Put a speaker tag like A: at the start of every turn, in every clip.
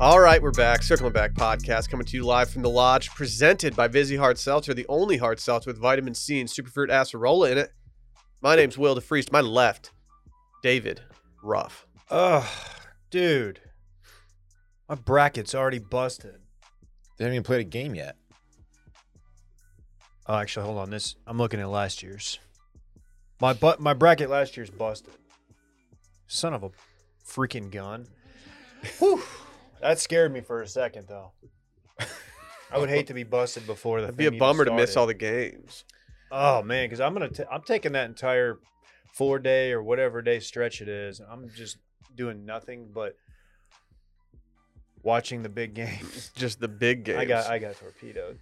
A: All right, we're back. Circling Back podcast coming to you live from the lodge, presented by Vizzy Hard Seltzer, the only hard seltzer with vitamin C and superfruit acerola in it. My name's Will DeFreeze. To my left, David Ruff.
B: Ugh, dude. My bracket's already busted.
C: They haven't even played a game yet.
B: Oh, actually, hold on. This I'm looking at last year's. My but my bracket last year's busted. Son of a freaking gun. Whew. That scared me for a second, though. I would hate to be busted before the.
A: That'd be a
B: thing even
A: bummer to miss
B: started.
A: all the games.
B: Oh man, because I'm gonna t- I'm taking that entire four day or whatever day stretch it is. I'm just doing nothing but watching the big games.
A: Just the big games.
B: I got I got torpedoed.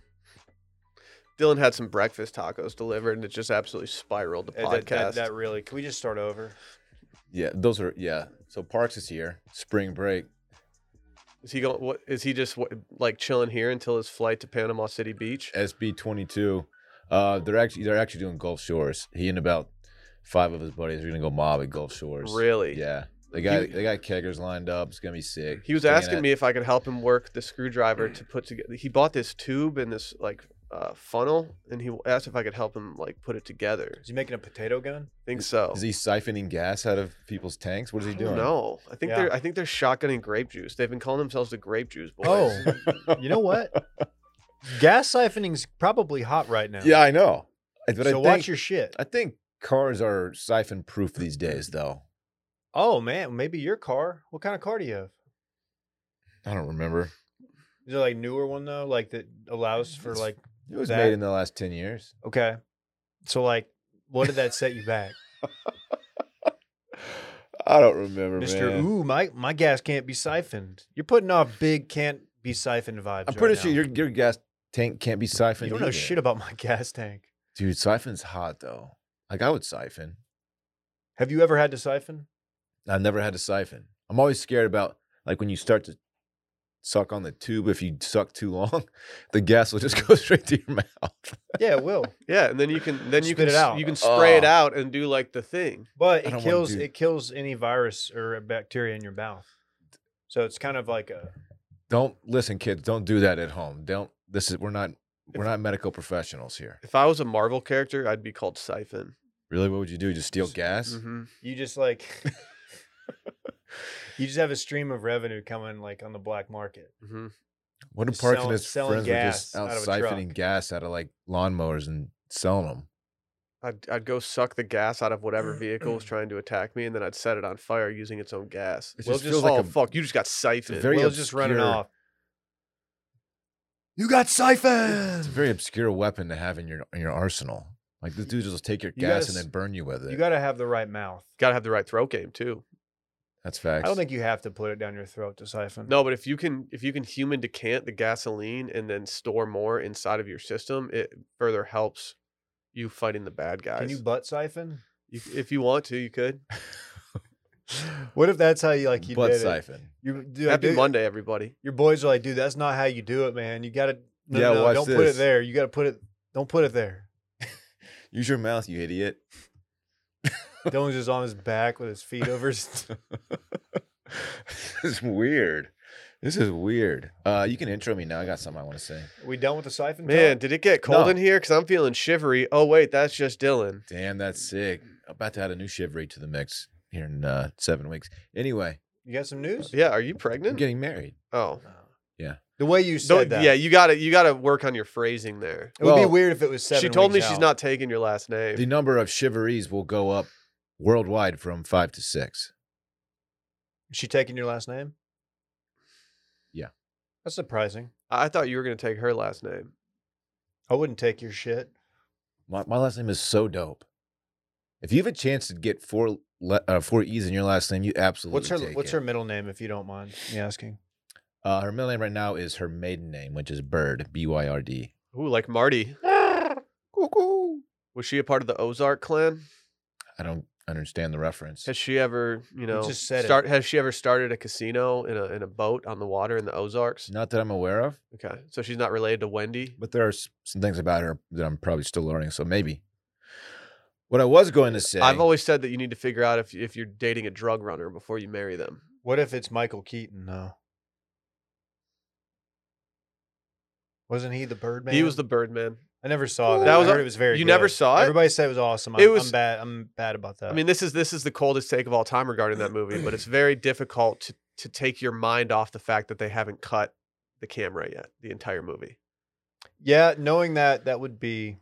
A: Dylan had some breakfast tacos delivered, and it just absolutely spiraled the
B: Uh, That,
A: podcast.
B: that, that really. Can we just start over?
C: Yeah, those are yeah. So Parks is here. Spring break.
A: Is he going? What is he just what, like chilling here until his flight to Panama City Beach?
C: SB twenty two. Uh, they're actually they're actually doing Gulf Shores. He and about five of his buddies are gonna go mob at Gulf Shores.
A: Really?
C: Yeah. They got
A: You-
C: they got keggers lined up. It's gonna be sick.
A: He was
C: Bringing
A: asking
C: that-
A: me if I could help him work the screwdriver to put together. He bought this tube and this like uh, funnel, and he asked if I could help him like put it together.
B: Is he making a potato gun?
A: I think so.
C: Is he siphoning gas out of people's tanks? What is he doing?
A: No, I think
B: Yeah.
A: they're I think they're shotgunning grape juice. They've been calling themselves the grape juice boys.
B: Oh.
C: Oh.
B: you know what? Gas siphoning's probably hot right now.
C: Yeah, I know. But I
B: so
C: think,
B: watch your shit.
C: I think cars are siphon proof these days, though.
B: Oh man, maybe your car. What kind of car do you have?
C: I don't remember.
B: Is it like newer one though, like that allows for
C: It's-
B: like?
C: It was
B: That-
C: made in the last ten years.
B: Okay, so like, what did that set you back,
C: I don't remember,
B: Mister?
C: man.
B: Ooh, my my gas can't be siphoned. You're putting off big can't be siphoned vibes.
C: I'm
B: right
C: pretty
B: now.
C: sure your your gas tank can't be siphoned.
B: You don't know
C: either.
B: shit about my gas tank.
C: Dude, siphon's hot though. Like I would siphon.
B: Have you ever had to siphon?
C: I've never had a siphon. I'm always scared about like when you start to suck on the tube. If you suck too long, the gas will just go straight to your mouth.
B: Yeah, it will.
A: Yeah, and then you can then you
B: Spit
A: can
B: it
A: s-
B: out.
A: you can spray it
C: Oh.
A: out and do like the thing.
B: But
C: I
B: it
C: don't wanna
B: kills
C: do-
B: it kills any virus or bacteria in your mouth. So it's kind of like a
C: Don't listen, kids. Don't do that at home. Don't. This is we're not we're not medical professionals here.
A: If I was a Marvel character, I'd be called Siphon.
C: Really, what would you do? Just steal gas?
B: mm-hmm.
A: Mhm.
B: you just like you just have a stream of revenue coming like on the black market.
A: Mhm.
C: What if
B: Just
C: Parks
B: selling-
C: and his
B: selling
C: friends were just
B: gas out
C: out
B: of a
C: siphoning
B: truck.
C: gas out of like lawnmowers and selling them?
A: I'd, I'd go suck the gas out of whatever vehicle was trying to attack me, and then I'd set it on fire using its own gas.
C: It
B: Well,
C: just
B: just
C: feels like
A: oh
C: a
A: fuck! You just got siphoned.
C: very
B: Will's just running
C: obscure-
B: off. You got siphoned.
C: It's a very obscure weapon to have in your in your arsenal. Like this dude will just take your
B: You
C: gas
B: gotta
C: and
B: s-
C: then burn you with it.
B: You got to have the right mouth.
A: gotta have the right throat game too.
C: That's facts.
B: I don't think you have to put it down your throat to siphon.
A: No, but if you can if you can human decant the gasoline and then store more inside of your system, it further helps you fighting the bad guys.
B: Can you butt siphon?
A: You- if you want to, you could.
B: What if that's how you like you
C: butt
B: did it?
C: siphon.
B: You, dude,
A: Happy
B: dude,
A: Monday, everybody.
B: Your boys are like, dude, that's not how you do it, man. You gotta no,
C: Yeah,
B: no, no,
C: watch
B: don't put it
C: this.
B: there. You gotta put it don't put it there.
C: Use your mouth, you idiot.
B: Dylan's just on his back with his feet over his
C: this is weird. This is weird. Uh, you can intro me now. I got something I want to say.
B: We done with the siphon? talk?
A: Man, did it get cold
C: No.
A: in here? Because I'm feeling shivery. Oh wait, that's just Dylan.
C: Damn, that's sick. About to add a new chivalry to the mix here in uh, seven weeks. Anyway,
B: you got some news?
A: Yeah, are you
C: I'm
A: pregnant?
C: getting married.
A: oh,
B: The way you said
A: Don't-
B: that.
A: yeah. You got to You got to work on your phrasing there.
B: It would
C: Well,
B: be weird if it was seven.
A: she told me
B: weeks
A: she's
B: out.
A: not taking your last name.
C: The number of chivalries will go up worldwide from five to six.
B: Is she taking your last name?
C: Yeah.
B: That's surprising.
A: I I thought you were gonna take her last name.
B: I wouldn't take your shit.
C: My, my last name is so dope. If you have a chance to get four le- uh, four e's in your last name, you absolutely
B: What's her
C: take
B: what's
C: it.
B: her middle name if you don't mind me asking?
C: Uh, her middle name right now is her maiden name, which is Bird, B Y R D.
A: Ooh, like Marty.
C: I
A: Was she a part of the Ozark clan?
C: don't understand the reference.
A: Has she ever, you know,
B: just said it.
A: start? Has she ever started a casino in a in a boat on the water in the Ozarks?
C: Not that I'm aware of,
A: Okay, so she's not related to Wendy.
C: but there are s- some things about her that I'm probably still learning. So maybe. What I was going to say,
A: I've always said that you need to figure out if if you're dating a drug runner before you marry them.
B: What if it's Michael Keaton though? Wasn't he the Birdman?
A: He was the Birdman.
B: I never saw that.
A: That
B: I
A: was-
B: heard it was very.
A: you never
B: good.
A: saw it?
B: Everybody said it was awesome. I'm,
A: It
B: I'm
A: was-
B: bad. I'm bad about that.
A: I mean, this is this is the coldest take of all time regarding that movie, but it's very difficult to to take your mind off the fact that they haven't cut the camera yet, the entire movie.
B: yeah, knowing that that would be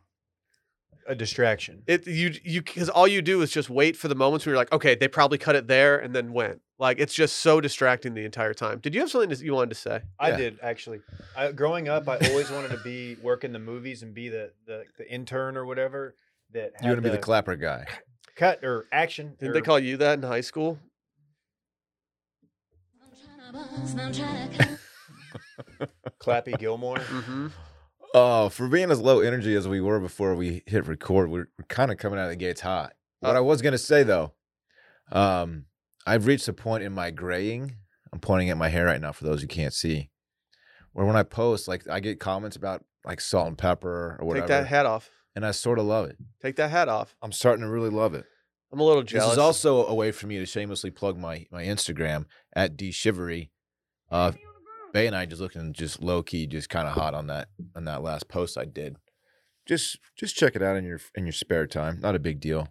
B: a distraction.
A: It you you because all you do is just wait for the moments where you're like, okay, they probably cut it there and then went. Like it's just so distracting the entire time. Did you have something that you wanted to say?
B: I
C: Yeah.
B: did actually. I, growing up, I always wanted to be work in the movies and be the the, the intern or whatever that had
C: You want to be the clapper guy?
B: cut or action.
A: Didn't
B: or-
A: they call you that in high school?
B: Clappy Gilmore?
A: Mm-hmm.
C: Oh, for being as low energy as we were before we hit record, we're, we're kind of coming out of the gates hot. What
A: Uh,
C: I was gonna say though, um, I've reached a point in my graying. I'm pointing at my hair right now for those who can't see. Where when I post, like I get comments about like salt and pepper or whatever,
A: Take that hat off.
C: and I sort of love it.
A: Take that hat off.
C: I'm starting to really love it.
A: I'm a little jealous.
C: This is also a way for me to shamelessly plug my my Instagram at dshivery. Uh, Bay and I just looking just low key, just kind of hot on that on that last post I did. Just just check it out in your in your spare time. Not a big deal.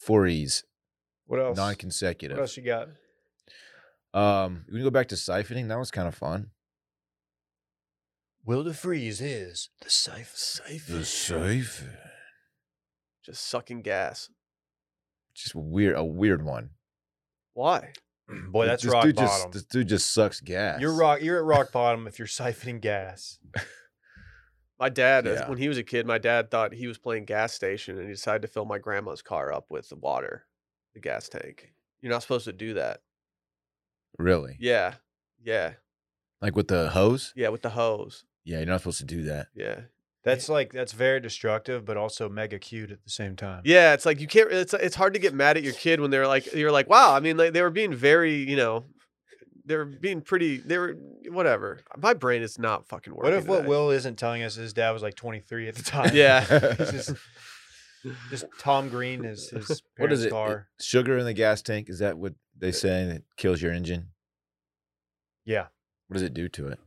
C: Four E's,
B: What else?
C: non
B: what
C: consecutive.
B: else you got?
C: Um, we can go back to siphoning. That was kind of fun.
B: Will DeFreeze is the cipher.
C: siphon.
A: just sucking gas.
C: Just weird, a weird one.
A: Why?
B: Boy, that's
C: this
B: rock
C: dude
B: bottom.
C: Just, this dude just sucks gas.
B: You're rock. You're at rock bottom if you're siphoning gas.
A: My dad, as-
C: Yeah.
A: when he was a kid, my dad thought he was playing gas station and he decided to fill my grandma's car up with the water, the gas tank. You're not supposed to do that.
C: Really?
A: Yeah. Yeah.
C: Like with the hose?
A: Yeah. With the hose.
C: Yeah, you're not supposed to do that.
A: Yeah.
B: That's like that's very destructive, but also mega cute at the same time.
A: Yeah. It's like you can't, it's, it's hard to get mad at your kid when they're like, you're like, wow. I mean, like, they were being very, you know, they were being pretty, they were, whatever. My brain is not fucking working.
B: What if what
A: today.
B: Will isn't telling us is his dad was like 23 at the time?
A: Yeah.
B: He's just, just Tom Green is his parents'
C: what is it?
B: car.
C: It- Sugar in the gas tank? Is that what they say that kills your engine?
B: Yeah.
C: What does it do to it?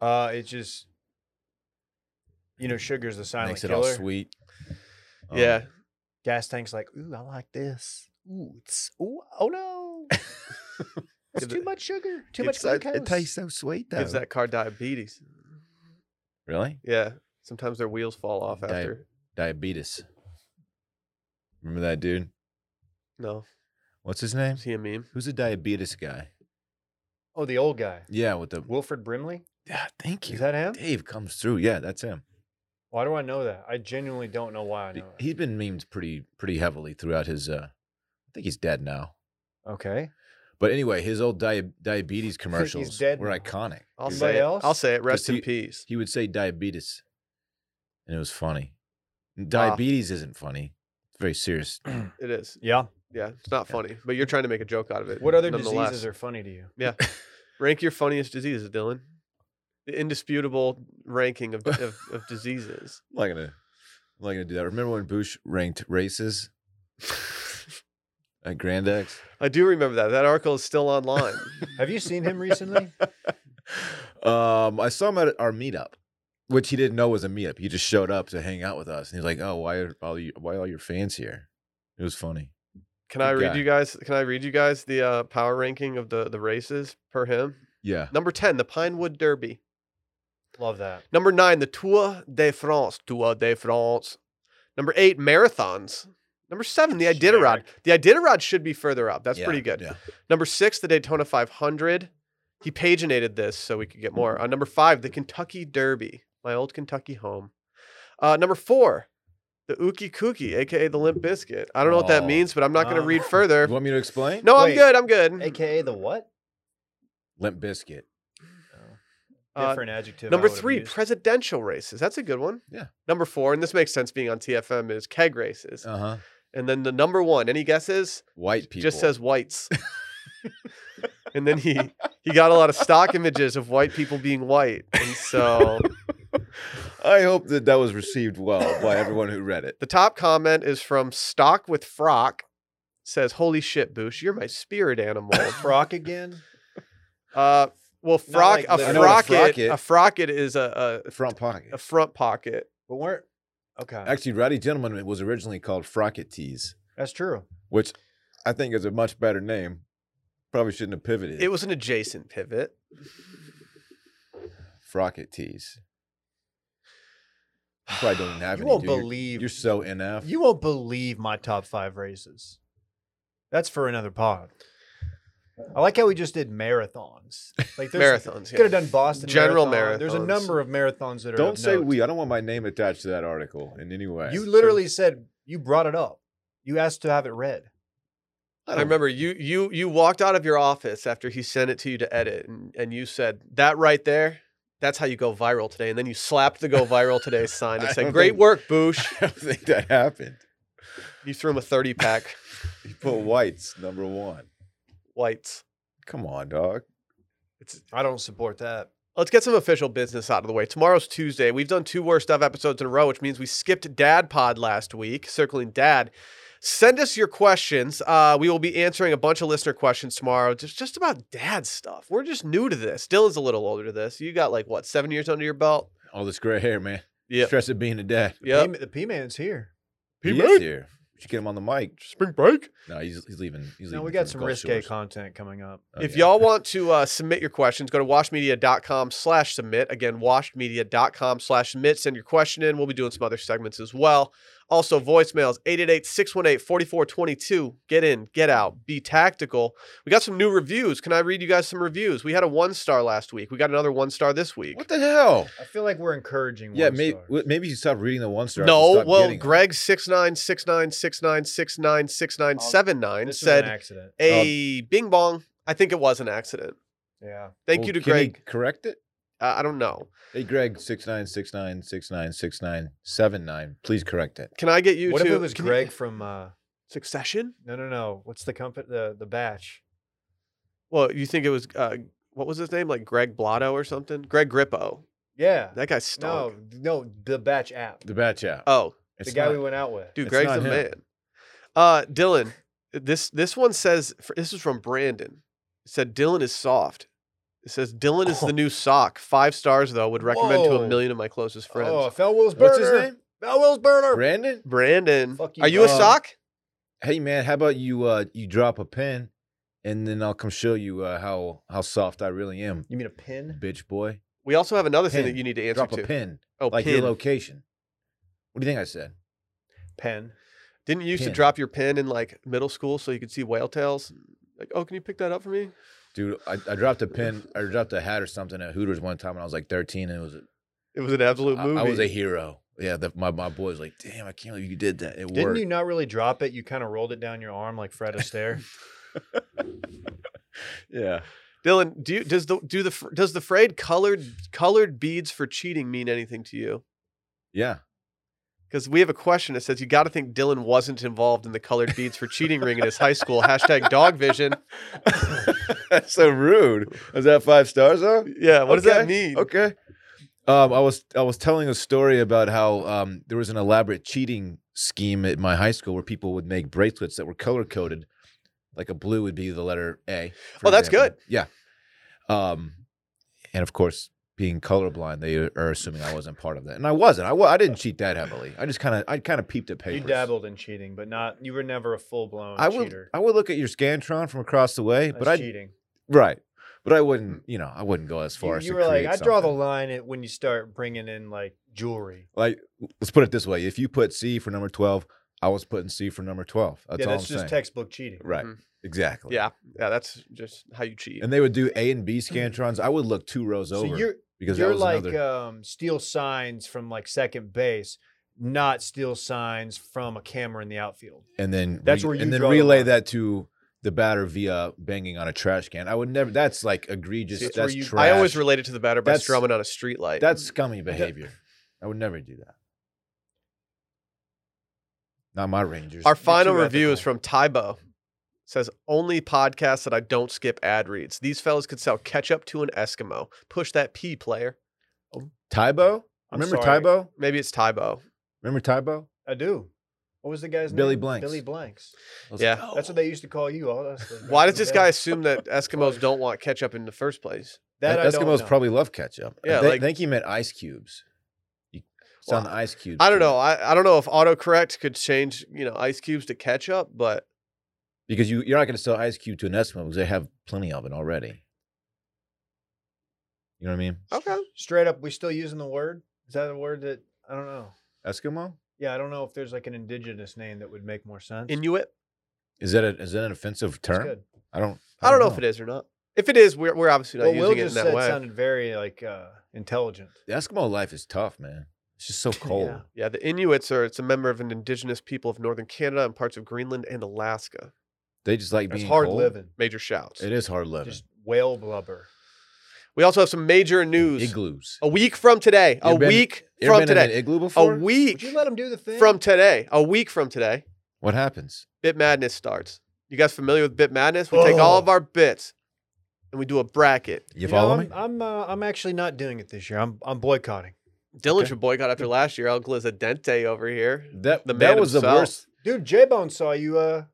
B: Uh, it just you know sugar's the silent
C: Makes it
B: killer.
C: all sweet. Um,
A: yeah.
B: Gas tank's like ooh I like this. Ooh it's ooh oh no.
C: Um,
B: it's uh,
A: Give
B: too
A: it-
B: much sugar. Too much
A: gives
C: it-
B: glucose.
C: It tastes so sweet though.
A: Gives that car diabetes.
C: really?
A: Yeah. Sometimes their wheels fall off
C: Di-
A: after.
C: Diabetes. Remember that dude?
A: No.
C: What's his name?
A: Is he a meme?
C: Who's a diabetes guy?
B: Oh the old guy.
C: Yeah, with the
B: Wilfred Brimley?
C: yeah. Thank you.
B: Is that him?
C: Dave comes through. Yeah, that's him.
B: Why do I know that? I genuinely don't know why I know that.
C: He's been memed pretty pretty heavily throughout his. uh I think he's dead now.
B: Okay.
C: But anyway, his old dia- diabetes commercials
B: dead
C: were
B: now.
C: iconic.
A: I'll
B: Anybody
A: say it. I'll
B: else?
A: say it. Rest in
C: he-
A: peace.
C: He would say diabetes, and it was funny. Ah. Diabetes isn't funny. It's very serious.
A: It is.
B: Yeah.
A: Yeah, it's not
C: Yeah.
A: funny, but you're trying to make a joke out of it.
B: What other
A: nonetheless.
B: diseases are funny to you?
A: rank your funniest diseases, Dylan? The indisputable ranking of of, of diseases.
C: I'm not gonna. I'm not gonna do that. Remember when Bush ranked races at Grand X?
A: I do remember that. That article is still online.
B: Have you seen him recently?
C: um, I saw him at our meetup, which he didn't know was a meetup. He just showed up to hang out with us, and he's like, "Oh, why are all you, why are all your fans here?" It was funny.
A: Can I
C: Good
A: read
C: guy.
A: you guys? Can I read you guys the uh, power ranking of the the races per him?
C: Yeah.
A: Number ten, the Pinewood Derby.
B: Love that.
A: Number nine, the Tour de France. Tour de France. Number eight, marathons. Number seven, the Iditarod. The Iditarod should be further up. That's
C: Yeah,
A: pretty good.
C: Yeah.
A: Number six, the Daytona 500. He paginated this so we could get more. Uh, number five, the Kentucky Derby, my old Kentucky home. Uh, number four, the Ookie Kookie, aka the Limp Biscuit. I don't know what that
C: Oh,
A: means, but I'm not going to
B: wow.
A: read
C: You
A: further.
C: want me to explain?
A: No, I'm
B: Wait.
A: good. I'm good.
B: AKA the what?
C: Limp Biscuit.
A: Uh,
B: Different adjective. I
A: number
B: would've
A: three,
B: used.
A: presidential races. That's a good one.
C: Yeah.
A: Number four, and this makes sense being on TFM, is keg races.
C: Uh huh.
A: and then the number one, any guesses?
C: White people.
A: just says whites. and then he he got a lot of stock images of white people being white. And so
C: I hope that that was received well by everyone who read it.
A: the top comment is from Stock with Frock says, "Holy shit, Boosh, you're my spirit animal."
B: Frock again.
A: Uh Well, frock
B: like
A: a
B: literally- I know what
C: a
A: frocket a frocket is a,
C: Front pocket.
A: a a front pocket.
B: But we're okay.
C: Actually, Rowdy Gentleman was originally called Frocket Tees,
B: That's true.
C: which I think is a much better name. Probably shouldn't have pivoted.
A: It was an adjacent pivot.
C: Frocket Tees. You probably don't even have
B: You
C: any.
B: won't
C: dude. You're-
B: believe
C: You're so NF.
B: You won't believe my top five races. That's for another pod. I like how we just did marathons. Like there's,
A: Marathons.
B: could have
A: yeah.
B: done Boston
A: General
B: Marathon. There's a
A: marathons.
B: number of marathons that are.
C: don't
B: of
C: say
B: note.
C: we. I don't want my name attached to that article in any way.
B: You literally said you brought it up. You asked to have it read.
C: Oh.
A: I remember you you you walked out of your office after he sent it to you to edit, and, and you said that right there. That's how you go viral today. And then you slapped the "Go Viral Today" sign and
C: I
A: said,
C: don't
A: "Great
C: think-
A: work, Boosh."
C: I don't think that happened.
A: You threw him a thirty pack
C: You put whites number one.
A: whites.
C: Come on, dog.
B: I don't support that.
A: Let's get some official business out of the way. Tomorrow's Tuesday. We've done two worst of episodes in a row, which means we skipped Dad Pod last week, circling Dad. Send us your questions. Uh, we will be answering a bunch of listener questions tomorrow, just just about dad stuff. We're just new to this. Dylan's a little older to this. You got like what seven years under your belt?
C: All this gray hair, man.
A: Yeah,
C: Stress of being a dad.
A: yeah.
B: P- the P man's here.
C: He is here. We should get him on the mic.
A: Spring break.
C: No, he's, he's leaving. He's leaving.
B: Now we
C: for
B: got some
C: Gulf
B: risque
C: Shores.
B: content coming up.
C: Oh,
A: If
C: yeah.
A: y'all want to uh, submit your questions, go to washmedia.com slash submit. Again, washmedia.com slash submit. Send your question in. We'll be doing some other segments as well. Also, voicemails 888 618 4422. Get in, get out, be tactical. We got some new reviews. Can I read you guys some reviews? We had a one star last week. We got another one star this week.
C: What the hell?
B: I feel like we're encouraging.
C: yeah,
B: one
C: maybe
B: star.
C: maybe you stop reading the one star.
A: No, well,
C: Greg.
A: Greg six nine six nine six nine six nine six nine seven nine
B: Oh, this was an
A: said
B: accident.
A: a
C: Oh.
A: bing bong. I think it was an accident.
B: Yeah.
A: Thank
C: Well,
A: you to
C: can they
A: Greg.
C: correct it.
A: Uh, I don't know.
C: Hey, Greg, six nine six nine six nine six nine seven nine. Please correct it.
A: Can I get you
B: what
A: to
B: if it was
A: can you-
B: Greg from? Uh,
A: Succession?
B: no, no, no. What's the company? The the batch.
A: Well, you think it was uh, what was his name? Like Greg Blotto or something? Greg Grippo.
B: Yeah.
A: That guy stunk.
B: No, no, the batch app.
C: The batch out.
A: Oh,
B: The
C: It's
B: guy
C: not-
B: we went out with.
A: dude,
C: It's
A: Greg's
C: not
A: the
C: him.
A: man. Uh, Dylan, this this one says f- this is from Brandon. It said Dylan is soft. It says Dylan is the new sock. Five stars though. Would recommend to
B: Whoa.
A: a million of my closest friends.
B: Oh, Fel Will's burner.
C: What's his name?
B: Fel Will's burner.
C: Brandon.
A: Brandon,
B: Fuck you,
A: are you a
B: Bob.
A: sock?
C: Hey man, how about you? Uh, you drop a pen, and then I'll come show you uh, how how soft I really am,
B: You mean a pin?
C: bitch boy.
A: We also have another thing
C: Pin.
A: that you need to answer
C: drop
A: to.
C: a pin,
A: Oh,
C: like
A: pin.
C: your location. What do you think I said?
B: Pen.
A: Didn't you used
C: Pin.
A: to drop your pin in like middle school so you could see whale tails? Like, oh, can you pick that up for me?
C: Dude, I, I dropped a pin I dropped a hat or something at Hooters one time when I was like 13 and it was
A: It was an absolute
C: I-
A: movie.
C: I, was a hero. Yeah, the, my my boy was like, "Damn, I can't believe you did that. It
B: Didn't
C: worked."
B: you not really drop it? You kind of rolled it down your arm like Fred Astaire.
C: yeah.
A: Dylan, do you, does the do the fr- does the frayed colored colored beads for cheating mean anything to you?
C: Yeah.
A: Because we have a question that says you got to think Dylan wasn't involved in the colored beads for cheating ring at his high school. Hashtag dog vision.
C: That's so rude. Is that five stars though?
A: Yeah, what does that
C: Okay,
A: mean?
C: Okay. Um, I was I was telling a story about how um, there was an elaborate cheating scheme at my high school where people would make bracelets that were color coded, like a blue would be the letter A. for
A: Oh, that's
C: example. Yeah. Um, and of course, being colorblind, they are assuming I wasn't part of that, and I wasn't. I, wa- I didn't cheat that heavily. I just kind of I kind of peeped at
B: you
C: papers.
B: dabbled in cheating, but not. You were never a full blown
C: I would
B: cheater.
C: I would look at your scantron from across the way,
B: That's
C: but I
B: cheating.
C: right, but I wouldn't. You know, I wouldn't go as far
B: You,
C: as
B: you
C: to
B: were like,
C: create
B: I draw the
C: something.
B: line at when you start bringing in like jewelry.
C: like let's put it this way if you put c for number 12 i was putting c for number 12 that's
B: yeah,
C: all
B: that's
C: i'm
B: just Mm-hmm.
C: saying
B: textbook cheating.
C: right
A: Mhm.
C: exactly
A: Yeah, yeah, that's just how you cheat.
C: and they would do a and b scantrons i would look two rows
B: So
C: over
B: you're
C: because that
B: you're
C: was
B: like
C: another
B: um, steal signs from like second base, not steal signs from a camera in the outfield.
C: and then
B: that's where you
C: and then
B: draw the
C: relay
B: line.
C: that to the batter via banging on a trash can i would never that's like egregious
B: See, it's where
C: that's
B: you-
C: trash
A: I always relate it to the batter by
C: That's-
A: strumming on a street light.
C: that's scummy behavior i would never do that not my rangers
A: Our final
B: too
A: review is
B: ethical.
A: from Tybo. Says only podcasts that I don't skip ad reads. These fellas could sell ketchup to an Eskimo. Push that P player.
C: tybo
B: I'm
C: remember
B: sorry.
C: tybo
A: Maybe it's Tybo.
C: remember tybo
B: I do. What was the guy's
C: Billy
B: name?
C: Blanks. Oh.
B: Billy Blanks.
C: I was
A: Yeah.
C: like,
B: That's what they used to call you. All us.
A: Why does this guy assume that Eskimos don't want ketchup in the first place?
B: That I don't
C: Eskimos
B: know.
C: probably love ketchup.
A: Yeah,
C: I thi-
A: like-
C: think he meant ice cubes. You, it's on the ice cubes.
A: I don't
C: too.
A: know. I, I don't know if autocorrect could change, you know, ice cubes to ketchup, but
C: because you you're not going to sell ice cube to an Eskimo because they have plenty of it already. You know what I mean?
A: okay.
B: Straight up, we still using the word? Is that a word that I don't know?
C: Eskimo
B: Yeah, I don't know if there's like an indigenous name that would make more sense.
A: Inuit.
C: is that a, is that an offensive term? I don't.
A: I don't know if it is or not. If it is, we're, we're obviously not
B: Well,
A: using
B: Will
A: it in
B: just
A: that
B: said
A: way.
B: sounded very like uh, intelligent.
C: The Eskimo life is tough, man. It's just so cold.
A: Yeah, the Inuits are it's a member of an indigenous people of northern Canada and parts of Greenland and Alaska.
C: They just like
B: It's
C: being
B: hard
C: cold.
B: living.
A: Major shouts.
C: It is hard living.
B: Just whale blubber.
A: We also have some major news.
C: Igloos.
A: A week from today.
C: You
A: A
C: ever been-
A: week
C: You ever
A: from
C: been in an
A: Oh, today.
C: igloo
A: A
C: before?
B: Would
A: week
B: you let him do the thing?
A: from today. A week from today.
C: What happens?
A: Bit Madness starts. You guys familiar with Bit Madness? We take all of
B: Oh.
A: our bits and we do a bracket.
C: You, follow
B: know,
C: me?
B: I'm I'm, uh, I'm actually not doing it this year. I'm I'm boycotting.
A: Dylan
C: Okay.
A: should boycott after last year. El Glizadente over here.
C: That
A: the man
C: that was the
A: himself.
C: worst.
B: Dude, J Bone saw you. Uh,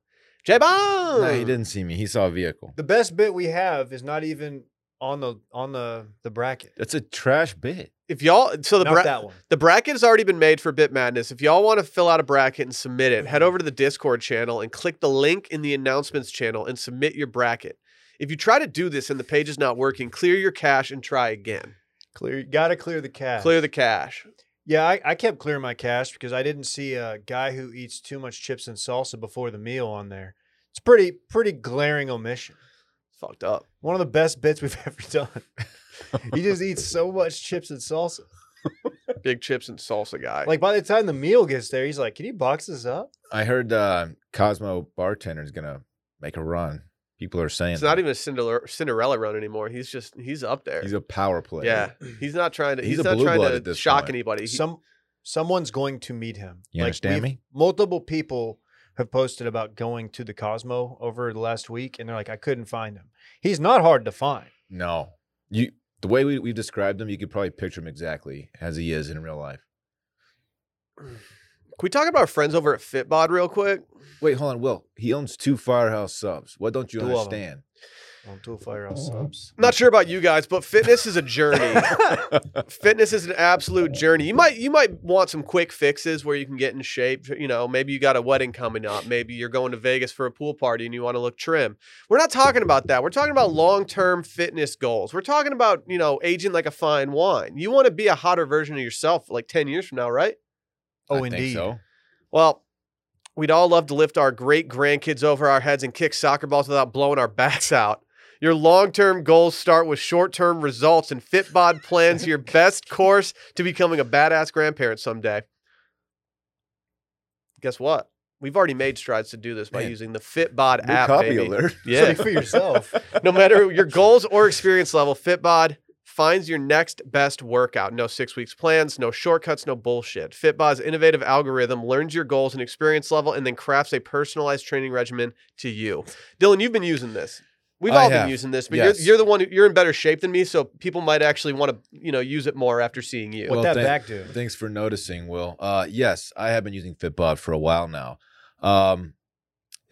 A: J
C: No, he didn't see me. He saw a vehicle.
B: the best bit we have is not even on the on the the bracket.
C: That's a trash bit.
A: If y'all, so the
B: not
A: bra-
B: that one.
A: The bracket has already been made for Bit Madness. If y'all want to fill out a bracket and submit it, head over to the Discord channel and click the link in the announcements channel and submit your bracket. If you try to do this and the page is not working, clear your cache and try again.
B: Clear. Got to clear the cache.
A: Clear the cache.
B: Yeah, I, I kept clearing my cache because I didn't see a guy who eats too much chips and salsa before the meal on there. It's pretty pretty glaring omission.
A: It's fucked up.
B: One of the best bits we've ever done. he just eats so much chips and salsa.
A: Big chips and salsa guy.
B: Like by the time the meal gets there, he's like, "Can you box this up?"
C: I heard uh, Cosmo bartender is gonna make a run. People are saying
A: it's not
C: that.
A: even a Cinderella, Cinderella run anymore. He's just he's up there.
C: He's a power player.
A: yeah, he's not trying to.
C: He's
A: He's,
C: a
A: not
C: blue blood
A: trying
C: at
A: to
C: this
A: shock
C: point.
A: anybody. He-
B: Some someone's going to meet him.
C: You understand
B: we've-
C: me?
B: Multiple people have posted about going to the Cosmo over the last week, and they're like, "I couldn't find him." He's not hard to find.
C: No. You the way we, we've described him, you could probably picture him exactly as he is in real life.
A: Can we talk about our friends over at Fitbod real quick?
C: Wait, hold on, Will. He owns two firehouse subs. What don't you
B: Two of 'em.
C: understand?
B: On Tool Firehouse subs.
A: I'm not sure about you guys, but fitness is a
B: Oh,
A: journey. fitness is an absolute journey. You might you might want some quick fixes where you can get in shape. You know, maybe you got a wedding coming up. Maybe you're going to Vegas for a pool party and you want to look trim. We're not talking about that. We're talking about long-term fitness goals. We're talking about, you know, aging like a fine wine. You want to be a hotter version of yourself like 10 years from now, right?
B: Oh,
C: I think
B: indeed.
C: so.
A: Well, we'd all love to lift our great grandkids over our heads and kick soccer balls without blowing our backs out. Your long term goals start with short term results, and Fitbod plans your best course to becoming a badass grandparent someday. Guess what? We've already made strides to do this by
C: Man.
A: using the Fitbod
C: New
A: app.
C: copy
A: baby.
C: alert.
A: Yeah.
B: Speak for yourself.
A: no matter your goals or experience level, Fitbod finds your next best workout. No six weeks plans, no shortcuts, no bullshit. Fitbod's innovative algorithm learns your goals and experience level and then crafts a personalized training regimen to you. Dylan, you've been using this. We've
C: I
A: all
C: have,
A: been using this, but
C: yes.
A: you're, you're the one who, you're in better shape than me, so people might actually want to, you know, use it more after seeing you.
B: What
C: Well,
B: that
C: thank-
B: back do?
C: Thanks for noticing, Will. Uh, yes, I have been using Fitbod for a while now. Um,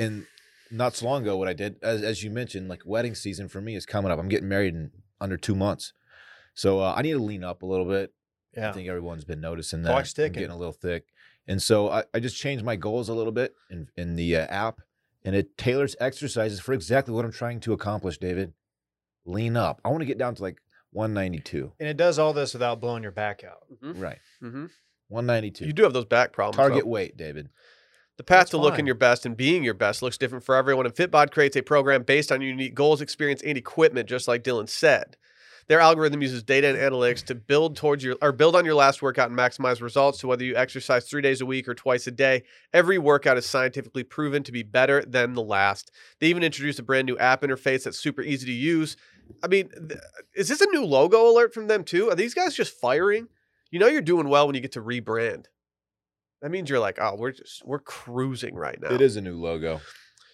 C: and not so long ago, what I did, as, as you mentioned, like wedding season for me is coming up. I'm getting married in under two months, so uh, I need to lean up a little bit. I
B: Yeah.
C: think everyone's been noticing that
B: Clock's
C: I'm
B: ticking.
C: getting a little thick, and so I, I just changed my goals a little bit in in the uh, app, and it tailors exercises for exactly what I'm trying to accomplish. David, lean up. I want to get down to like 192.
B: And it does all this without blowing your back out.
A: Mhm,
C: Right,
A: mhm.
C: 192.
A: You do have those back problems. though.
C: Target weight, David.
A: The path
B: That's
A: to looking
B: fine.
A: your best and being your best looks different for everyone, and Fitbod creates a program based on your unique goals, experience, and equipment, just like Dylan said. Their algorithm uses data and analytics to build towards your or build on your last workout and maximize results. So whether you exercise three days a week or twice a day, every workout is scientifically proven to be better than the last. They even introduced a brand new app interface that's super easy to use. I mean, th- is this a new logo alert from them too? Are these guys just firing? You know you're doing well when you get to rebrand. That means you're like, oh, we're just we're cruising right now.
C: It is a new logo,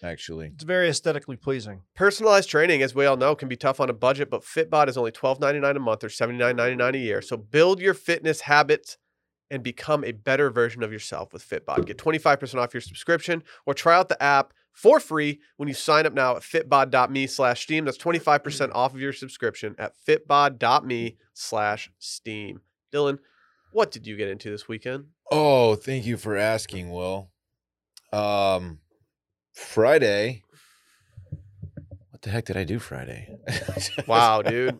C: actually.
B: It's very aesthetically pleasing.
A: Personalized training, as we all know, can be tough on a budget, but Fitbod is only $12.99 a month or $79.99 a year. So build your fitness habits and become a better version of yourself with Fitbod. Get 25% off your subscription or try out the app for free when you sign up now at fitbod.me slash steam. That's 25%
C: Mm.
A: off of your subscription at fitbod.me slash steam. Dylan, what did you get into this weekend?
C: Oh, thank you for asking, Will. Um, Friday. What the heck did I do Friday?
A: Wow, dude.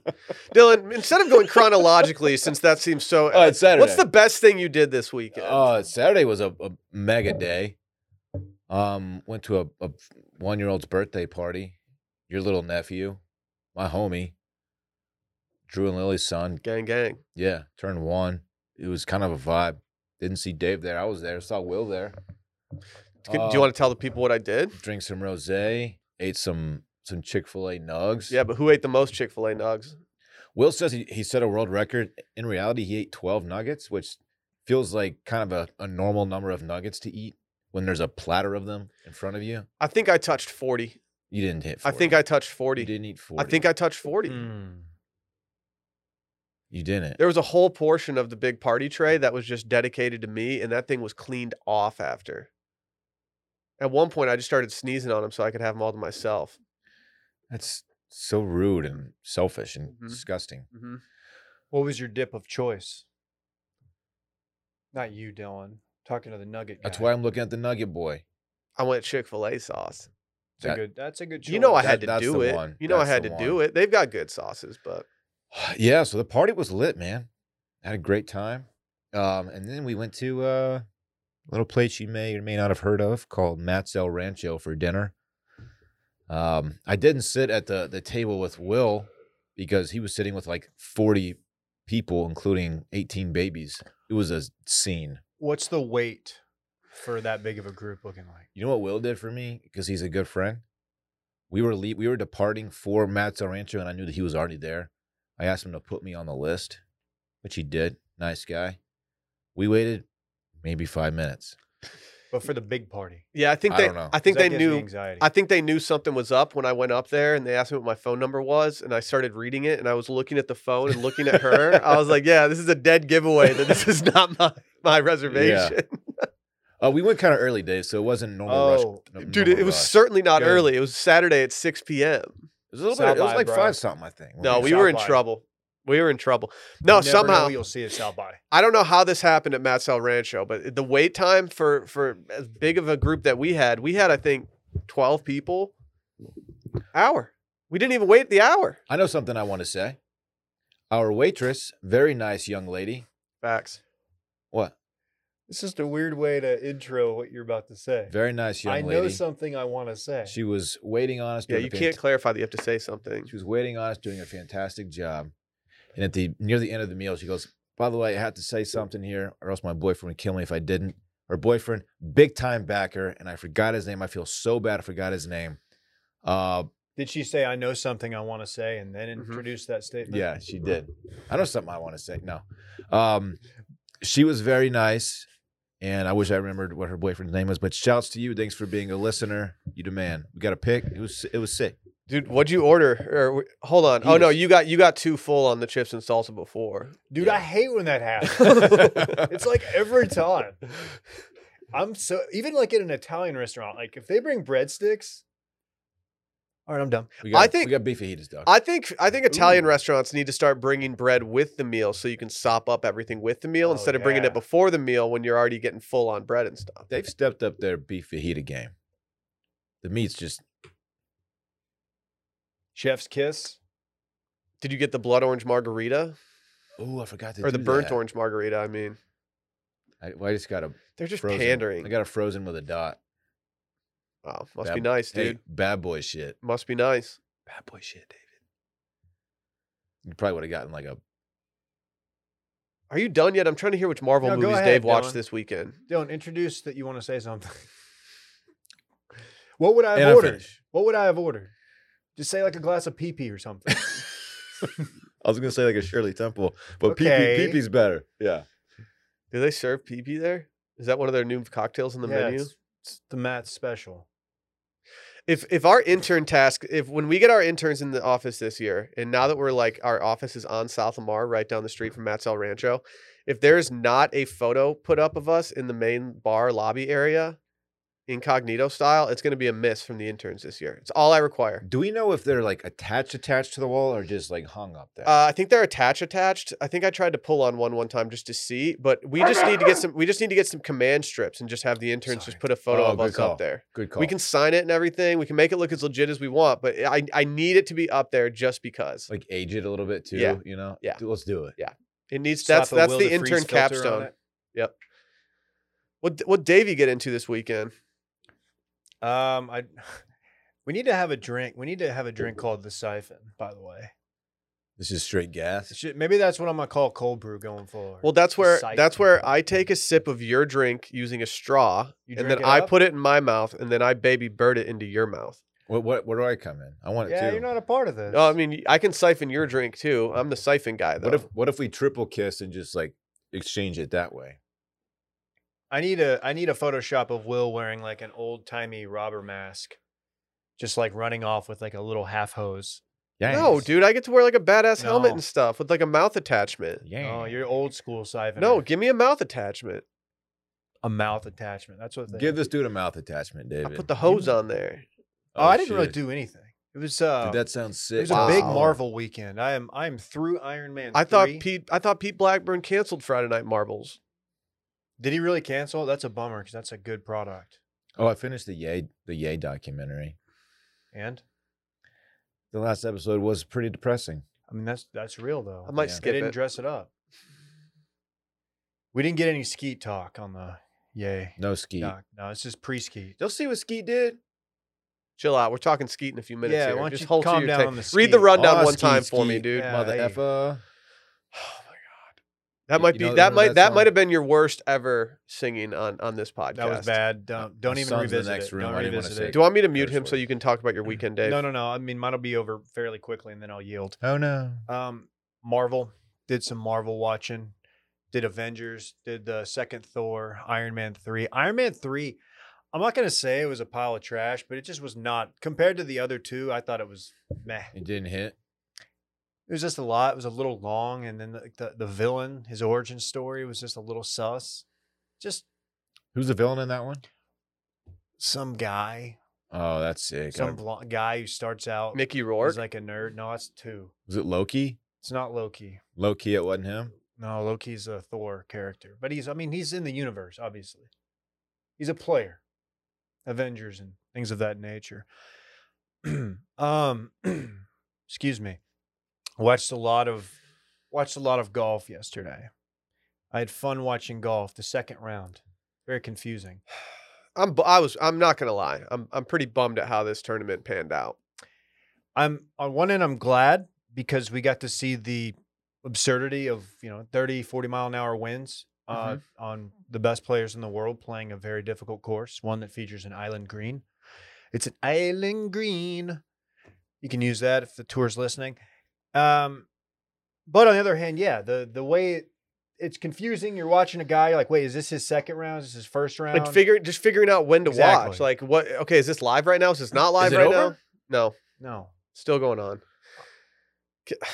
A: Dylan, instead of going chronologically, since that seems so.
C: Oh, it's Saturday.
A: What's the best thing you did this weekend?
C: Uh, Saturday was a, a mega day. Um, went to a, a one-year-old's birthday party. Your little nephew, my homie, Drew and Lily's son.
A: gang, gang.
C: Yeah, turned one. It was kind of a vibe. Didn't see Dave there. I was there. Saw Will there. Uh,
A: Do you want to tell the people what I did?
C: to drink some rosé? Ate some some Chick Fil A nugs.
A: Yeah, but who ate the most Chick fil A nugs?
C: Will says he, he set a world record. In reality, he ate 12 nuggets, which feels like kind of a, a normal number of nuggets to eat when there's a platter of them in front of you.
A: I think I touched 40.
C: You didn't hit
A: I
C: 40.
A: think I touched
C: You Hmm.
A: 40.
C: didn't eat 40.
A: I think I touched 40.
B: Hmm.
C: You didn't.
A: There was a whole portion of the big party tray that was just dedicated to me, and that thing was cleaned off after. At one point, I just started sneezing on them so I could have them all to myself.
C: That's so rude and selfish and
A: Mhm.
C: disgusting.
A: Mm-hmm.
B: What was your dip of choice? Not you, Dylan. Talking to the Nugget.
C: That's
B: guy.
C: why I'm looking at the Nugget Boy.
A: I went Chick fil A sauce.
B: That's a
C: that-
B: good. That's a good. Choice.
A: You know I had
C: That-
A: to
C: that's
A: do
C: the
A: it.
C: one.
A: You know I
C: That's
A: had
C: the
A: to do
C: one.
A: it. They've got good sauces, but
C: yeah, so the party was lit, man. Had a great time. Um, and then we went to uh, a little place you may or may not have heard of called Matt's El Rancho for dinner. Um, I didn't sit at the the table with Will because he was sitting with like 40 people, including 18 babies. It was a scene.
B: What's the weight for that big of a group looking like?
C: You know what Will did for me because he's a good friend. We were le- we were departing for Matt's El Rancho, and I knew that he was already there. I asked him to put me on the list, which he did. Nice guy. We waited maybe five minutes.
B: But for the big party,
A: yeah, I think
C: I
A: they.
C: don't know.
A: I think
B: 'Cause
A: they
B: that gives me
A: knew.
B: anxiety.
A: I think they knew something was up when I went up there, and they asked me what my phone number was, and I started reading it, and I was looking at the phone and looking at her. I was like, "Yeah, this is a dead giveaway that this is not my my reservation."
C: Uh, we went kind of early, Dave, so it wasn't normal
B: Oh,
C: rush. no-
A: Dude,
C: normal
A: it was
C: rush.
A: certainly not
B: Good.
A: early. It was Saturday at 6 p.m.
C: It was a little
B: South
C: bit. It was
B: by,
C: like
B: bro.
C: five something. I think, when
A: No, we
C: we were-
B: South
A: were in
B: by.
A: trouble. We were in trouble.
B: You
A: No,
B: never know
A: somehow
B: who you'll see a South by.
A: I don't know how this happened at Matt's El Rancho, but the wait time for for as big of a group that we had, we had I think 12 people. Hour. We didn't even wait the hour.
C: I know something I want to say. Our waitress, very nice young lady.
A: Facts.
C: What?
B: It's just a weird way to intro what you're about to say.
C: Very nice young
B: I know
C: lady.
B: something I want to say.
C: She was waiting on us.
A: Yeah,
C: during
A: you
C: the
A: can't clarify that you have to say something.
C: She was waiting on us, doing a fantastic job. And at the near the end of the meal, she goes, "By the way, I have to say something here, or else my boyfriend would kill me if I didn't." Her boyfriend, big time backer, and I forgot his name. I feel so bad. I forgot his name. Uh,
B: Did she say I know something I want to say and then
A: Mhm.
B: introduce that statement?
C: yeah, she did. I know something I want to say. No, um, she was very nice, and I wish I remembered what her boyfriend's name was. But shouts to you. Thanks for being a listener. You demand. We got a pick. It was it was sick.
A: Dude, what'd you order? Or w- hold on. Oh no,
C: Eat.
A: you got you got too full on the chips and salsa before.
B: Dude,
C: Yeah.
B: I hate when that happens. it's
C: it's
B: like every time. I'm so even like at an Italian restaurant, like if they bring breadsticks. All right, I'm done.
C: we got,
A: I think-
C: we got beef fajitas, dog.
A: I think I think Italian
C: Ooh.
A: restaurants need to start bringing bread with the meal so you can sop up everything with the meal
B: Oh,
A: instead of bringing
B: yeah.
A: it before the meal when you're already getting full on bread and stuff.
C: They've stepped up their beef fajita game. The meat's just
B: Chef's kiss.
A: Did you get the blood orange margarita
C: oh, I forgot to
A: or the
C: do
A: burnt
C: that.
A: orange margarita? I mean,
C: I, well, I just got a
A: they're just
C: frozen.
A: pandering.
C: I got a frozen with a dot.
A: wow, must
C: Bad-
A: be nice,
C: Hey,
A: dude.
C: bad boy shit.
A: Must be nice.
C: Bad boy shit, David. You probably would have gotten like a.
A: Are you done yet? I'm trying to hear which Marvel
B: No, go
A: movies
B: ahead,
A: Dave watched
B: Dylan.
A: this weekend.
B: Don't introduce that you want to say something. what would I have
C: And I'm
B: ordered?
C: finished.
B: What would I have ordered? Just say like a glass of pee pee or something.
C: I was gonna say like a Shirley Temple, but pee
B: Okay.
C: pee pee's pee's better. Yeah.
A: Do they serve pee pee there? Is that one of their new cocktails in the
B: Yeah,
A: menu?
B: it's- it's the Matt special.
A: if if our intern task if when we get our interns in the office this year and now that we're like our office is on south lamar right down the street from matt's el rancho if there's not a photo put up of us in the main bar lobby area incognito style, it's going to be a miss from the interns this year. It's all I require.
C: Do we know if they're like attached attached to the wall or just like hung up there?
A: Uh, I think they're attach attached. I think I tried to pull on one one time just to see, but we just need to get some. We just need to get some command strips and just have the interns
C: Sorry.
A: just put a photo
C: Oh,
A: of
C: good
A: us
C: call.
A: up there.
C: Good call.
A: We can sign it and everything. We can make it look as legit as we want, but I I need it to be up there just because
C: like age it a little bit too.
A: Yeah.
C: You know.
A: Yeah.
C: Do- Let's do it.
A: it needs.
B: Slap
A: That's
B: a
A: that's
B: Will
A: the
B: DeFreeze
A: intern
B: filter on
A: capstone.
B: it.
A: What what Davey get into this weekend?
B: Um, I we need to have a drink. We need to have a drink called the Siphon. By the way,
C: This is straight gas.
B: Shit, maybe that's what I'm gonna call cold brew going forward.
A: Well, that's where that's
B: Siphon.
A: where I take a sip of your drink using a straw,
B: You
A: and
B: drink
A: then
B: it
A: I
B: up?
A: put it in my mouth, and then I baby bird it into your mouth.
C: What what where do I come in? I want it
B: yeah,
C: too.
B: you're not a part of this.
A: Oh, I mean, y- I can siphon your drink too. I'm the siphon guy, though.
C: what if what if we triple kiss and just like exchange it that way?
B: I need a I need a Photoshop of Will wearing like an old timey robber mask, just like running off with like a little half hose.
C: Yeah.
A: no, dude, I get to wear like a badass helmet
B: No.
A: and stuff with like a mouth attachment.
C: Yeah.
B: Oh, you're old school siphon.
A: No, give me a mouth attachment.
B: a mouth attachment. That's what they
C: Give this dude a mouth attachment,
A: I
C: David.
A: put the hose on there.
B: Oh, I didn't really
C: shit.
B: do anything. It was uh,
C: Dude, that sounds
B: it
C: sick.
B: was a big
A: Wow.
B: Marvel weekend. I am I am through Iron Man.
A: I thought
B: three.
A: Pete. I thought Pete Blackburn canceled Friday Night Marbles.
B: did he really cancel? That's a bummer because that's a good product.
C: Oh, I finished the Yay the Yay documentary.
B: And
C: The last episode was pretty depressing.
B: I mean that's that's real though.
A: I might
C: Yeah.
B: they
A: skip
B: didn't
A: it.
B: dress it up. We didn't get any skeet talk on the yay.
C: No ski.
B: doc. No, it's just pre skeet.
C: You'll see what Ski did.
A: Chill out. We're talking skeet in a few minutes.
B: Yeah,
A: here.
B: why don't
A: Just
B: you
A: hold to
B: calm
A: your
B: down
A: take.
B: on the
A: Read the
B: skeet.
A: rundown
C: Ah,
A: one
C: ski,
A: time for me,
C: skeet.
A: dude.
B: Yeah.
C: Mother
B: hey.
C: effer. Oh
A: That
C: You-
A: might
C: you
A: be that
C: know- remember
A: might
C: that
A: that
C: song?
A: might have been your worst ever singing on on this podcast.
B: That was bad. Don't, don't
C: my
B: even
C: son's in the
B: revisit
C: next
B: it.
C: room.
B: Don't
C: I didn't wanna
B: revisit
C: say
B: it.
A: Do you want me to mute
C: Curse
A: him so
C: word.
A: you can talk about your weekend, Dave?
B: No, no, no. I mean, mine'll be over fairly quickly, and then I'll yield.
C: Oh no.
B: Um, Marvel did some Marvel watching. Did Avengers? Did the second Thor? Iron Man three. Iron Man three. I'm not gonna say it was a pile of trash, but it just was not compared to the other two. I thought it was meh.
C: It didn't hit.
B: It was just a lot. It was a little long, and then the the, the villain, his origin story, was just a little sus. Just
C: Who's the villain in that one?
B: some guy,
C: Oh, that's sick. I-
B: some blonde guy who starts out
A: Mickey
B: he's
A: Rourke.
B: like a nerd. No, it's two.
C: was it Loki?
B: It's not Loki.
C: Loki, it wasn't him.
B: No, Loki's a Thor character, but he's I mean he's in the universe obviously. He's a player. Avengers and things of that nature. um excuse me. Watched a lot of watched a lot of golf yesterday. I had fun watching golf the second round. Very confusing.
A: I'm bu- I was I'm not gonna lie. I'm I'm pretty bummed at how this tournament panned out.
B: I'm on one end I'm glad because we got to see the absurdity of, you know, 30, 40 mile an hour winds uh, on the best players in the world playing a very difficult course, one that features an island green. It's an island green. You can use that if the tour's listening. Um, but on the other hand, yeah, the the way it- it's confusing. You're watching a guy, you're like, wait, is this his second round? Is this his first round?
A: Like figure just figuring out when to watch.
B: Exactly.
A: Like what? Okay, is this live right now? Is this not live
C: it
A: right
C: over?
A: now? No,
B: no.
A: still going on. K-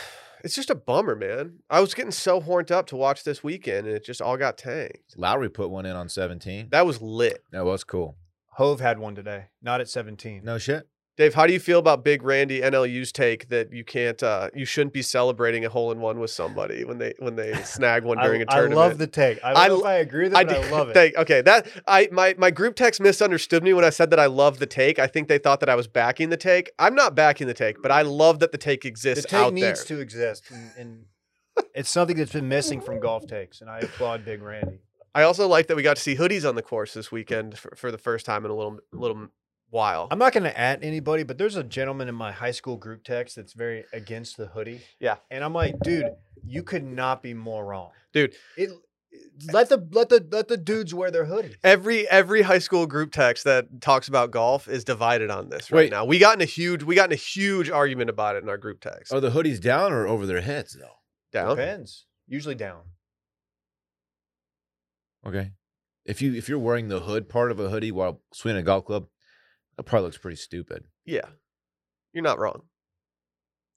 A: It's just a bummer, man. I was getting so horned up to watch this weekend, and it just all got tanked.
C: Lowry put one in on 17. That,
A: That was lit.
C: was cool.
B: Hove had one today, not at 17.
C: No shit.
A: Dave, how do you feel about Big Randy NLU's take that you can't, uh, you shouldn't be celebrating a hole in one with somebody when they when they snag one
B: I-
A: during a
B: I
A: tournament?
B: love the take. I don't
A: I
B: know
A: l-
B: if I agree with it,
A: I,
B: but I
A: did-
B: love it.
A: thank- okay, that I my my group text misunderstood me when I said that I love the take. I think they thought that I was backing the take. I'm not backing the take, but I love that the take
B: the
A: exists
B: take
A: out there.
B: needs to exist, and, and it's something that's been missing from golf takes. And I applaud Big Randy.
A: I also like that we got to see hoodies on the course this weekend for, for the first time in a little little while.
B: I'm not going to at anybody, but there's a gentleman in my high school group text that's very against the hoodie.
A: Yeah.
B: and I'm like, dude, you could not be more wrong,
A: Dude.
B: It let the let the let the dudes wear their hoodie.
A: every every high school group text that talks about golf is divided on this right
C: Wait.
A: now. We got in a huge we got in a huge argument about it in our group text.
B: Oh,
C: Are the hoodies down or over their heads though?
A: Down.
B: Depends. Usually down.
C: Okay. If you if you're wearing the hood part of a hoodie while swinging a golf club, that probably looks pretty stupid.
A: Yeah. You're not wrong.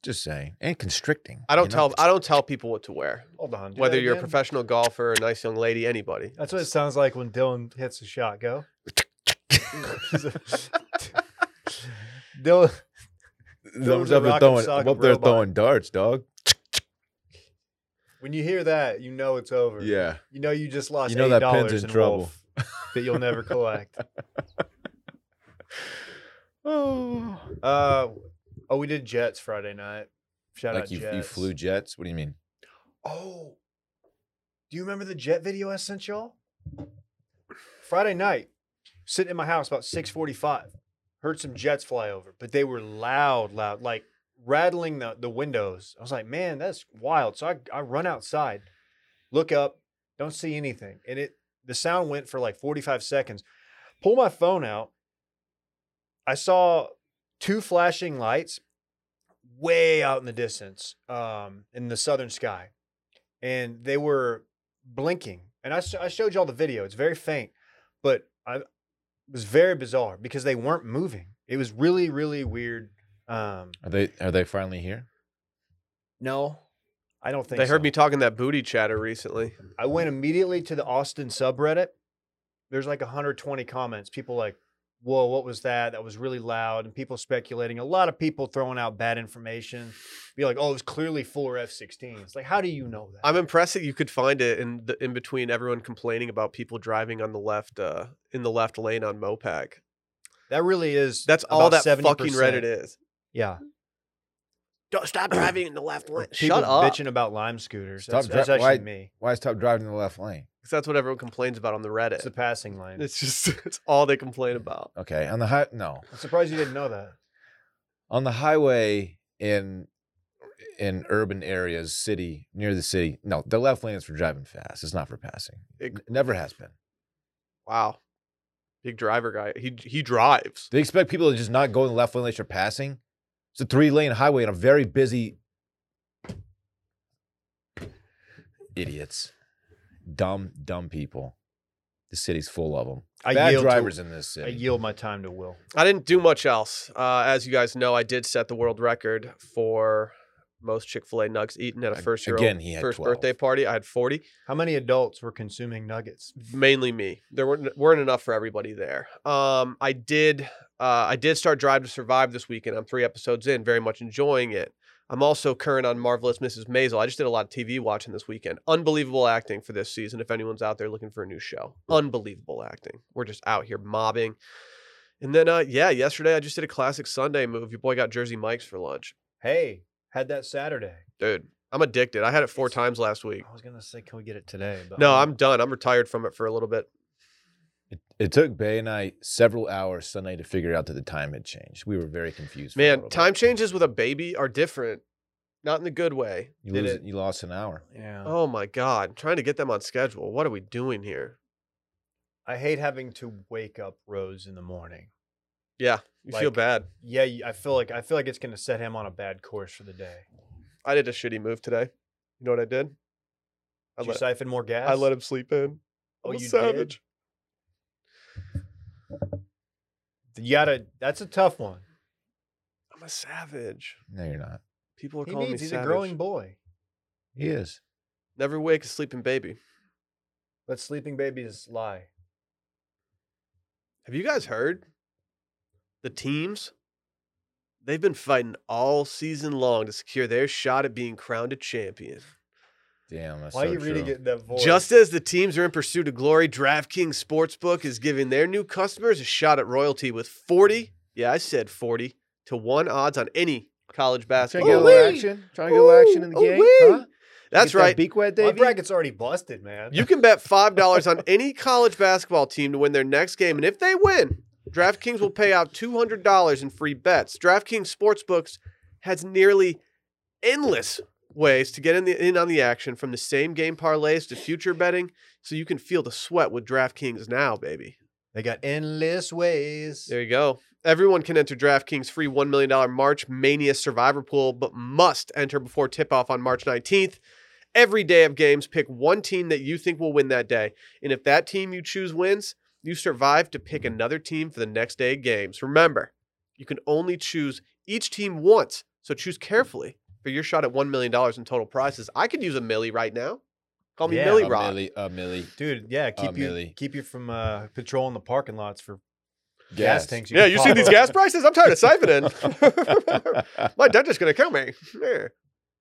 C: Just saying, and constricting.
A: I don't
C: you know?
A: tell I don't tell people what to wear.
B: Hold on. do
A: Whether
B: that
A: you're a
B: again.
A: professional golfer, a nice young lady, anybody.
B: That's what it sounds like when Dylan hits a shot. Go. Dylan, Those
C: Thumbs
B: are
C: up and
B: rocket
C: throwing
B: socket
C: I'm up there
B: robot.
C: throwing darts, dog.
B: when you hear that, you know it's over.
C: Yeah.
B: You know you just lost
C: You know
B: eight
C: that
B: dollars
C: pen's
B: in,
C: in trouble.
B: Wolf that you'll never collect.
C: Oh.
B: Uh, oh, we did Jets Friday night. Shout
C: Like
B: out
C: you,
B: Jets.
C: you flew jets? What do you mean?
B: Oh, do you remember the jet video I sent y'all? Friday night, sitting in my house about six forty-five, heard some jets fly over, but they were loud, loud, like rattling the, the windows. I was like, man, that's wild. So I I run outside, look up, don't see anything, and it the sound went for like forty-five seconds. Pull my phone out. I saw two flashing lights way out in the distance um, in the southern sky and they were blinking and I, s- I showed y'all the video it's very faint but I, it was very bizarre because they weren't moving it was really really weird um,
C: Are they are they finally here?
B: no i don't think
A: They heard
B: so.
A: me talking that booty chatter recently.
B: I went immediately to the Austin subreddit. There's like 120 comments. People like, "Whoa, what was that? That was really loud." And people speculating. A lot of people throwing out bad information. Be like, "Oh, it was clearly four F-16s." Like, how do you know that?
A: I'm impressed that you could find it in the in between everyone complaining about people driving on the left uh in the left lane on Mopac.
B: that really is.
A: That's all
B: about
A: that fucking
B: 70%.
A: Reddit is.
B: Yeah.
A: Don't stop driving in the left lane.
B: People
A: Shut up.
B: Bitching about lime scooters.
C: Stop
B: That's, that's
C: dri-
B: actually
C: why-
B: me.
C: Why stop driving in the left lane?
A: 'Cause that's what everyone complains about on the Reddit.
B: It's the passing lane.
A: It's just it's all they complain about.
C: Okay. On the high no.
B: I'm surprised you didn't know that.
C: On the highway in in urban areas, city, near the city. No, the left lane is for driving fast. It's not for passing.
A: It-
C: It never has been.
A: Wow. Big driver guy. He he drives.
C: They expect people to just not go in the left lane unless you're passing. It's a three lane highway and a very busy. Idiots, dumb, dumb people. The city's full of them.
B: I
C: Bad
B: yield to-
C: drivers in this
B: I
C: city.
B: yield my time to Will.
A: I didn't do much else. Uh, as you guys know, I did set the world record for most Chick Fil A nugs eaten at a
C: Ag-
A: first year
C: again, he had
A: first
C: 12.
A: birthday party. I had forty,
B: How many adults were consuming nuggets?
A: mainly me. There weren't weren't enough for everybody there. Um, I did uh, I did start Drive to Survive this weekend. I'm three episodes in, very much enjoying it. I'm also current on Marvelous Mrs. Maisel. I just did a lot of TV watching this weekend. Unbelievable acting for this season. If anyone's out there looking for a new show, unbelievable acting. We're just out here mobbing. And then, uh, yeah, yesterday I just did a classic Sunday move. Your boy got Jersey Mike's for lunch,
B: Hey, had that Saturday.
A: dude. I'm addicted. I had it four
B: It's- Oh,
A: times last week.
B: I was gonna say, can we get it today? But
A: No, I'm done. I'm retired from it for a little bit.
C: It, it took Bay and I several hours Sunday to figure out that the time had changed. We were very confused. for a little
A: Man,
C: bit.
A: time changes with a baby are different, not in the good way.
C: You,
B: did
C: lose,
B: it. uh
C: you lost an hour.
B: Yeah.
A: Oh my God, trying to get them on schedule. What are we doing here?
B: I hate having to wake up Rose in the morning.
A: Yeah, you feel
B: Like-
A: bad.
B: Yeah, y- I feel like I feel like it's gonna set him on a bad course for the day.
A: I did a shitty move today. You know what I did? I
B: Did you
A: let,
B: siphon more gas?
A: I let him sleep in.
B: Oh,
A: I'm a
B: you did?
A: savage.
B: You gotta. That's a tough one.
A: I'm a savage.
C: No, you're not.
A: People are
B: He
A: calling
B: needs.
A: me
B: He's
A: savage.
B: a growing boy.
C: He is.
A: Never wake a sleeping baby.
B: But sleeping babies lie.
A: Have you guys heard? The teams, they've been fighting all season long to secure their shot at being crowned a champion.
C: Damn. That's
B: Why
C: so
B: are you really
C: true.
B: getting that voice?
A: Just as the teams are in pursuit of glory, DraftKings Sportsbook is giving their new customers a shot at royalty with 40, yeah, I said 40 to 1 odds on any college
C: Trying
A: basketball.
C: to get a little
A: Ooh-wee.
C: action. Trying to get a little action in the
A: Ooh,
C: game.
A: ooh-wee.
C: Huh?
A: That's
C: Get that
A: right.
C: Beak wet,
B: my
C: Davey?
B: bracket's already busted, man.
A: You can bet $5 on any college basketball team to win their next game. And if they win, DraftKings will pay out $200 in free bets. DraftKings Sportsbooks has nearly endless ways to get in, the, in on the action from the same game parlays to future betting. So you can feel the sweat with DraftKings now, baby.
B: they got endless ways.
A: There you go. Everyone can enter DraftKings free $1 million March Mania Survivor Pool, but must enter before tip off on March 19th. Every day of games, pick one team that you think will win that day. And if that team you choose wins, you survive to pick another team for the next day of games. Remember, you can only choose each team once, so choose carefully for your shot at $1 million in total prizes. I could use a Millie right now. Call me
B: Yeah,
A: Millie
C: A
A: Rod.
C: Millie, a Millie.
A: Oh,
B: Dude, yeah, keep you
C: Millie.
B: keep you from uh, patrolling the parking lots for gas tanks.
A: Yeah,
B: can
A: you see
B: pop
A: these
B: up.
A: gas prices? I'm tired of siphoning. My dentist's gonna kill me. Yeah.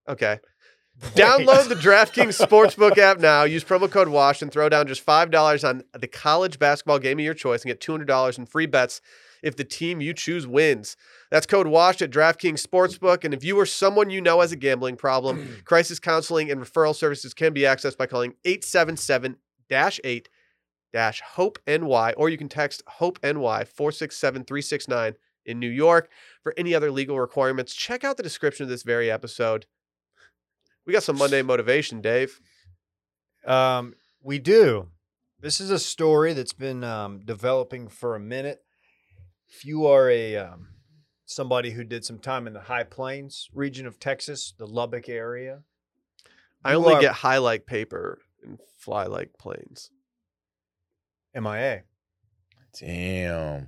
A: Okay. Download the DraftKings Sportsbook app now. Use promo code WASH and throw down just $5 on the college basketball game of your choice and get $200 in free bets if the team you choose wins. That's code WASH at DraftKings Sportsbook. And if you or someone you know has a gambling problem, crisis counseling and referral services can be accessed by calling 877 8 Hope NY or you can text Hope NY 467 369 in New York. For any other legal requirements, check out the description of this very episode. We got some Monday motivation, Dave.
B: Um, we do. This is a story that's been um, developing for a minute. If you are a um, somebody who did some time in the High Plains region of Texas, the Lubbock area,
A: I
B: You
A: only
B: are-
A: get high like paper and fly like planes.
B: MIA.
C: Damn.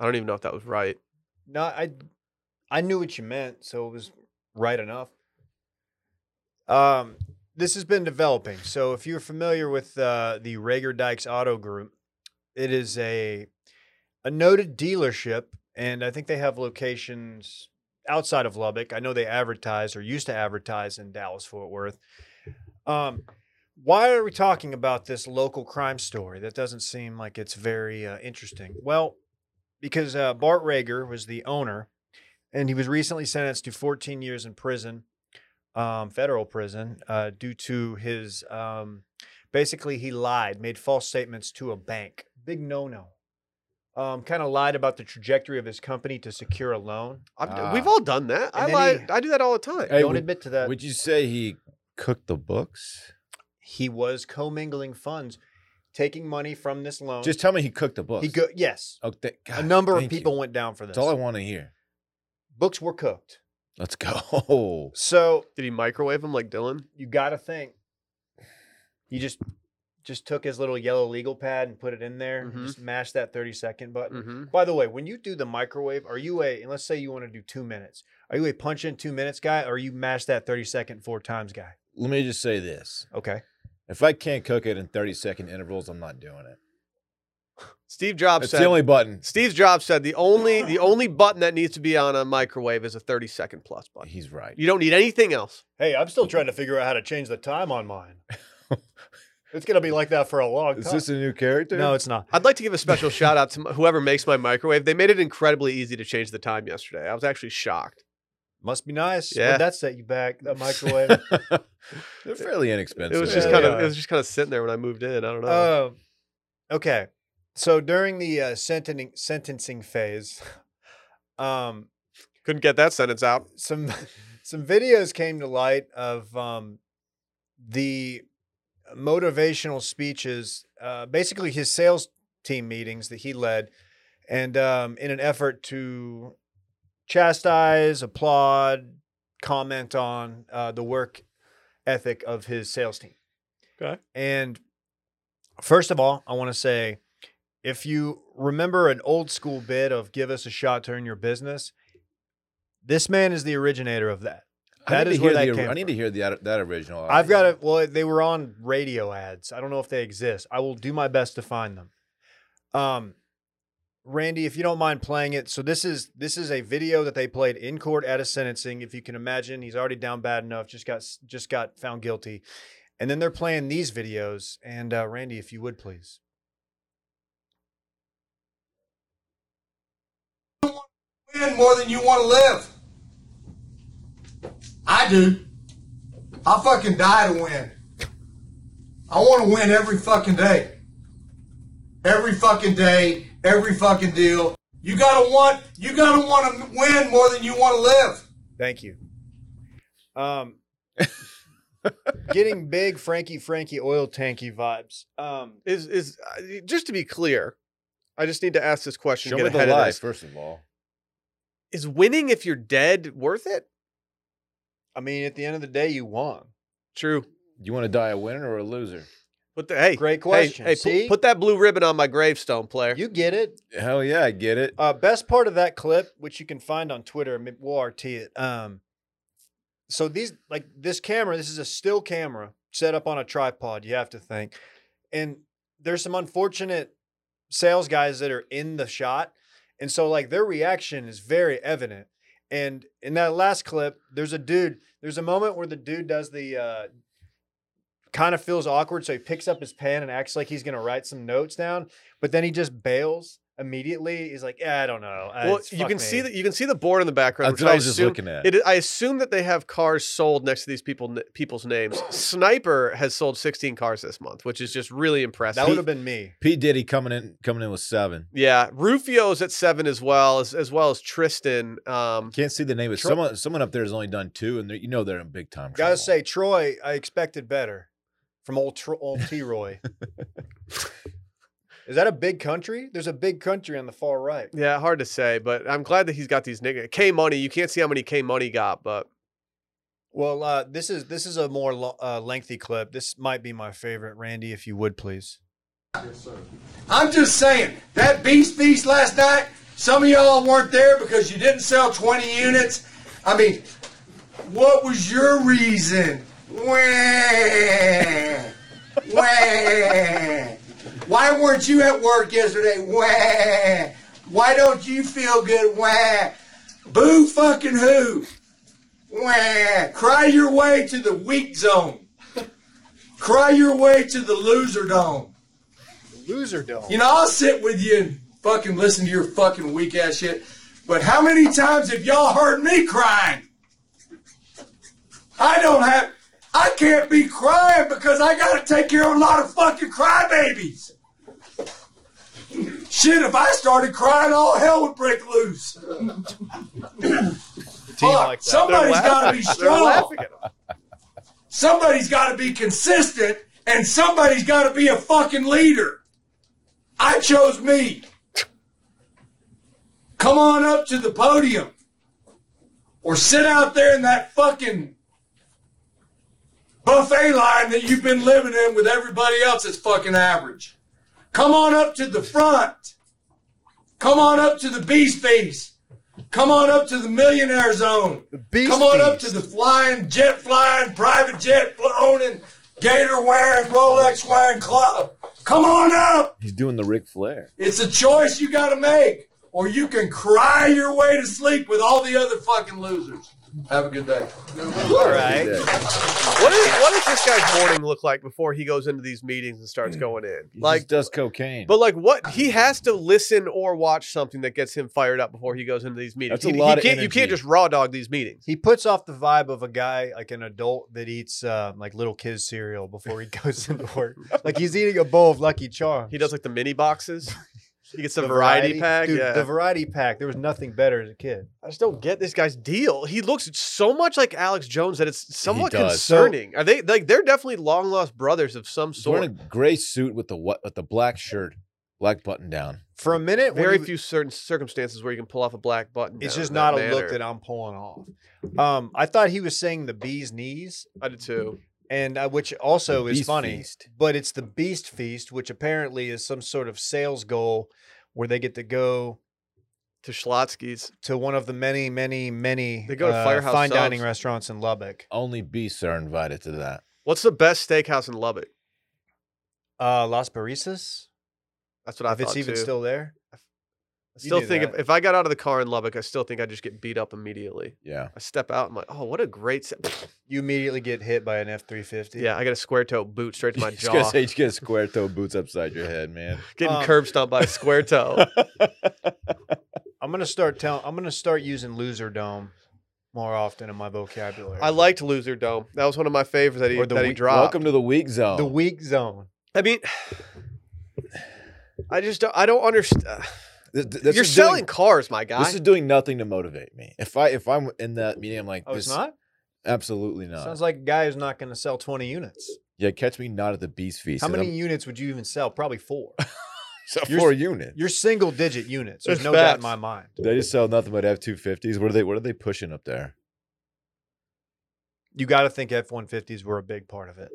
A: I don't even know if that was right.
B: No, I, I knew what you meant, so it was right enough. Um, this has been developing. So if you're familiar with uh, the Rager Dykes Auto Group, it is a a noted dealership, and I think they have locations outside of Lubbock. I know they advertise or used to advertise in Dallas Fort Worth. Um, why are we talking about this local crime story? That doesn't seem like it's very uh, interesting. Well, because uh, Bart Rager was the owner, and he was recently sentenced to 14 years in prison, um, federal prison, uh, due to his um, basically he lied, made false statements to a bank. Big no no. Um, kind of lied about the trajectory of his company to secure a loan.
A: I've,
C: Ah.
A: we've all done that. I
B: And then
A: lie.
B: he-
A: I do that all the time.
C: Hey,
B: Don't
C: would-
B: admit to that.
C: Would you say he cooked the books?
B: he was commingling funds, taking money from this loan.
C: Just tell me he cooked the books.
B: Um, he go yes.
C: Oh, thank-
B: A
C: God,
B: number of
C: thank you.
B: people went down for this.
C: That's all I want to hear.
B: Books were cooked.
C: Let's go.
B: So
A: Did he microwave them like Dylan?
B: you got to think. He just just took his little yellow legal pad and put it in there.
A: Mhm.
B: And just mashed that thirty second button.
A: Mm-hmm.
B: By the way, when you do the microwave, are you a and let's say you want to do two minutes? Are you a punch in two minutes guy, or are you mash that thirty second four times guy?
C: Let me just say this.
B: Okay,
C: If I can't cook it in 30 second intervals, I'm not doing it.
A: Steve Jobs
C: It's
A: said.
C: the only button.
A: Steve Jobs said the only the only button that needs to be on a microwave is a 30 second plus button.
C: He's right.
A: You don't need anything else.
B: hey, I'm still trying to figure out how to change the time on mine. it's gonna be like that for a long
C: Is this a new character?
B: no, it's not.
A: I'd like to give a special shout out to m- whoever makes my microwave. They made it incredibly easy to change the time yesterday. I was actually shocked.
B: Must be nice.
A: Yeah.
B: Yeah, that set you back. That microwave.
C: They're fairly
A: It
C: inexpensive.
A: was just
B: Yeah.
A: kind of
B: Yeah.
A: it was just kind of sitting there when I moved in. I don't know.
B: Um, okay. So during the uh, sentencing sentencing phase, um,
A: Couldn't get that sentence out.
B: some some videos came to light of um, the motivational speeches, uh, basically his sales team meetings that he led, and um, in an effort to chastise, applaud, comment on uh, the work ethic of his sales team.
A: Okay.
B: And first of all, I want to say if you remember an old school bit of give us a shot to earn your business, this man is the originator of that.
C: I
B: That
C: need
B: is
C: to
B: where
C: hear
B: that
C: the-
B: came
C: I need to hear the, that original.
B: I've got it. Well, they were on radio ads. I don't know if they exist. I will do my best to find them. Um, Randy, if you don't mind playing it, so this is this is a video that they played in court at a sentencing. If you can imagine, he's already down bad enough. Just got s- just got found guilty, and then they're playing these videos. And uh, Randy, if you would please.
D: win more than you want to live. I do. I fucking die to win. I want to win every fucking day. Every fucking day, every fucking deal. You gotta want, you gotta want to win more than you want to live.
B: Thank you. Um, getting big Frankie Frankie oil tanky vibes. Um,
A: Is is uh, just to be clear, I just need to ask this question.
C: Show
A: to
C: me
A: get
C: the
A: ahead of
C: lie,
A: this.
C: first of all.
A: Is winning if you're dead worth it?
B: I mean, at the end of the day, you won.
A: True.
C: You want to die a winner or a loser?
A: Put the hey
B: Great
A: hey,
B: question.
A: Hey, pu-
B: See?
A: put that blue ribbon on my gravestone, player.
B: You get it.
C: Hell yeah, I get it.
B: Uh, best part of that clip, which you can find on Twitter, maybe we'll RT it. Um, so these, like this camera, this is a still camera set up on a tripod. You have to think, and there's some unfortunate sales guys that are in the shot. And so like their reaction is very evident. And in that last clip, there's a dude, there's a moment where the dude does the uh kind of feels awkward so he picks up his pen and acts like he's going to write some notes down, but then he just bails immediately. He's like, "Yeah, I don't know." Uh,
A: Well,
B: it's-
A: you
B: fuck
A: can
B: me."
A: see that you can see the board in the background.
C: That's
A: which
C: what I was just
A: assume-
C: looking at.
A: It, I assume that they have cars sold next to these people people's names. Sniper has sold 16 cars this month, which is just really impressive.
B: That would have been me.
C: P Diddy coming in coming in with seven.
A: yeah, Rufio's at seven as well as as well as Tristan. Um,
C: Can't see the name of
B: Tro-
C: someone. Someone up there has only done two, and they're- you know they're in big time.
B: Gotta
C: trouble.
B: say, Troy, I expected better from old Tro- old T Roy. Is that a big country? There's a big country on the far right.
A: yeah, hard to say, but I'm glad that he's got these nicknames. K Money, you can't see how many K Money got, but
B: Well, uh, this is this is a more lo- uh, lengthy clip. This might be my favorite, Randy. If you would please.
D: I'm just saying, that Beast Feast last night, some of y'all weren't there because you didn't sell 20 units. I mean, what was your reason? Wah, wah. Why weren't you at work yesterday? Wah. Why don't you feel good? Wah. Boo fucking who? Wah. Cry your way to the weak zone. Cry your way to the loser dome.
B: Loser dome.
D: You know, I'll sit with you and fucking listen to your fucking weak ass shit. But how many times have y'all heard me crying? I don't have. I can't be crying because I gotta take care of a lot of fucking crybabies. Shit, if I started crying, all hell would break loose.
B: Team
D: Fuck,
B: like that.
D: somebody's gotta be
A: they're
D: strong.
A: laughing at him.
D: Somebody's got to be consistent and somebody's got to be a fucking leader. I chose me. Come on up to the podium or sit out there in that fucking buffet line that you've been living in with everybody else that's fucking average. Come on up to the front. Come on up to the beast feast. Come on up to the millionaire zone.
B: Beast
D: Come on up
B: Feast.
D: to the flying, jet flying, private jet owning, gator wearing, Rolex wearing club. Come on up.
C: he's doing the Ric Flair.
D: It's a choice you got to make, or you can cry your way to sleep with all the other fucking losers. Have a good day.
B: All right.
A: What is what does this guy's morning look like before he goes into these meetings and starts going in?
C: He
A: Like
C: Mm. just
B: uh,
C: does cocaine.
A: But like, what he has to listen or watch something that gets him fired up before he goes into these meetings.
C: That's a
A: He- he
C: lot of
A: can't- You
C: energy.
A: can't just raw dog these meetings.
B: He puts off the vibe of a guy like an adult that eats uh, like little kids cereal before he goes into work. Like he's eating a bowl of Lucky Charms.
A: He does like the mini boxes. He gets a
B: The
A: variety, pack.
B: Dude,
A: yeah.
B: The variety pack. There was nothing better as a kid.
A: I just don't get this guy's deal. He looks so much like Alex Jones that it's somewhat
C: does.
A: concerning. Are they like they're definitely long lost brothers of some
C: he's wearing
A: sort?
C: a gray suit with the what with the black shirt, black button down.
B: For a minute, when
A: Very
B: he-
A: few certain circumstances where you can pull off a black button.
B: It's
A: down
B: just
A: in
B: not
A: that
B: a
A: manner.
B: look that I'm pulling off. Um, I thought he was saying the bee's knees,
A: I did too.
B: and uh, which also is
C: Beast
B: funny.
C: Feast.
B: But it's the beast feast, which apparently is some sort of sales goal where they get to go
A: To Schlotsky's.
B: to one of the many, many, many
A: They go to
B: uh,
A: Firehouse
B: fine
A: Subs.
B: dining restaurants in Lubbock.
C: Only beasts are invited to that.
A: What's the best steakhouse in Lubbock?
B: Uh, Las Barisas,
A: That's what I
B: if it's
A: thought,
B: even
A: too.
B: still there.
A: I still
B: knew
A: think if,
B: that.
A: if I got out of the car in Lubbock, I still think I would just get beat up immediately.
C: Yeah.
A: I step out and I'm like, oh, what a great. Se-.
B: You immediately get hit by an F three fifty.
A: Yeah, I got a square toe boot straight to my
C: Just gonna
A: jaw.
C: say you just get a square toe boots upside your head, man.
A: Getting
B: Um,
A: curb stomped by a square toe.
B: I'm gonna start telling. I'm gonna start using loser dome more often in my vocabulary.
A: I liked Loser Dome. That was one of my favorites that he,
B: Or the
A: that he
B: weak-
A: dropped.
C: Welcome to the weak zone.
B: the weak zone.
A: I mean, I just don't, I don't understand.
C: Th- th- this
A: You're
C: is doing-
A: selling cars, my guy.
C: This is doing nothing to motivate me. If I if I'm in that meeting, I'm like,
B: Oh,
C: this,
B: it's not.
C: Absolutely not.
B: Sounds like a guy who's not going to sell 20 units.
C: yeah, catch me not at the beast feast.
B: How
C: and
B: many
C: I'm-
B: units would you even sell? Probably four.
C: so
B: you're-
C: four units?
B: You're single digit units. There's
A: That's
B: no doubt
A: facts.
B: in my mind.
C: They just sell nothing but F two fifties. What are they? What are they pushing up there?
B: You got to think F 150s were a big part of it.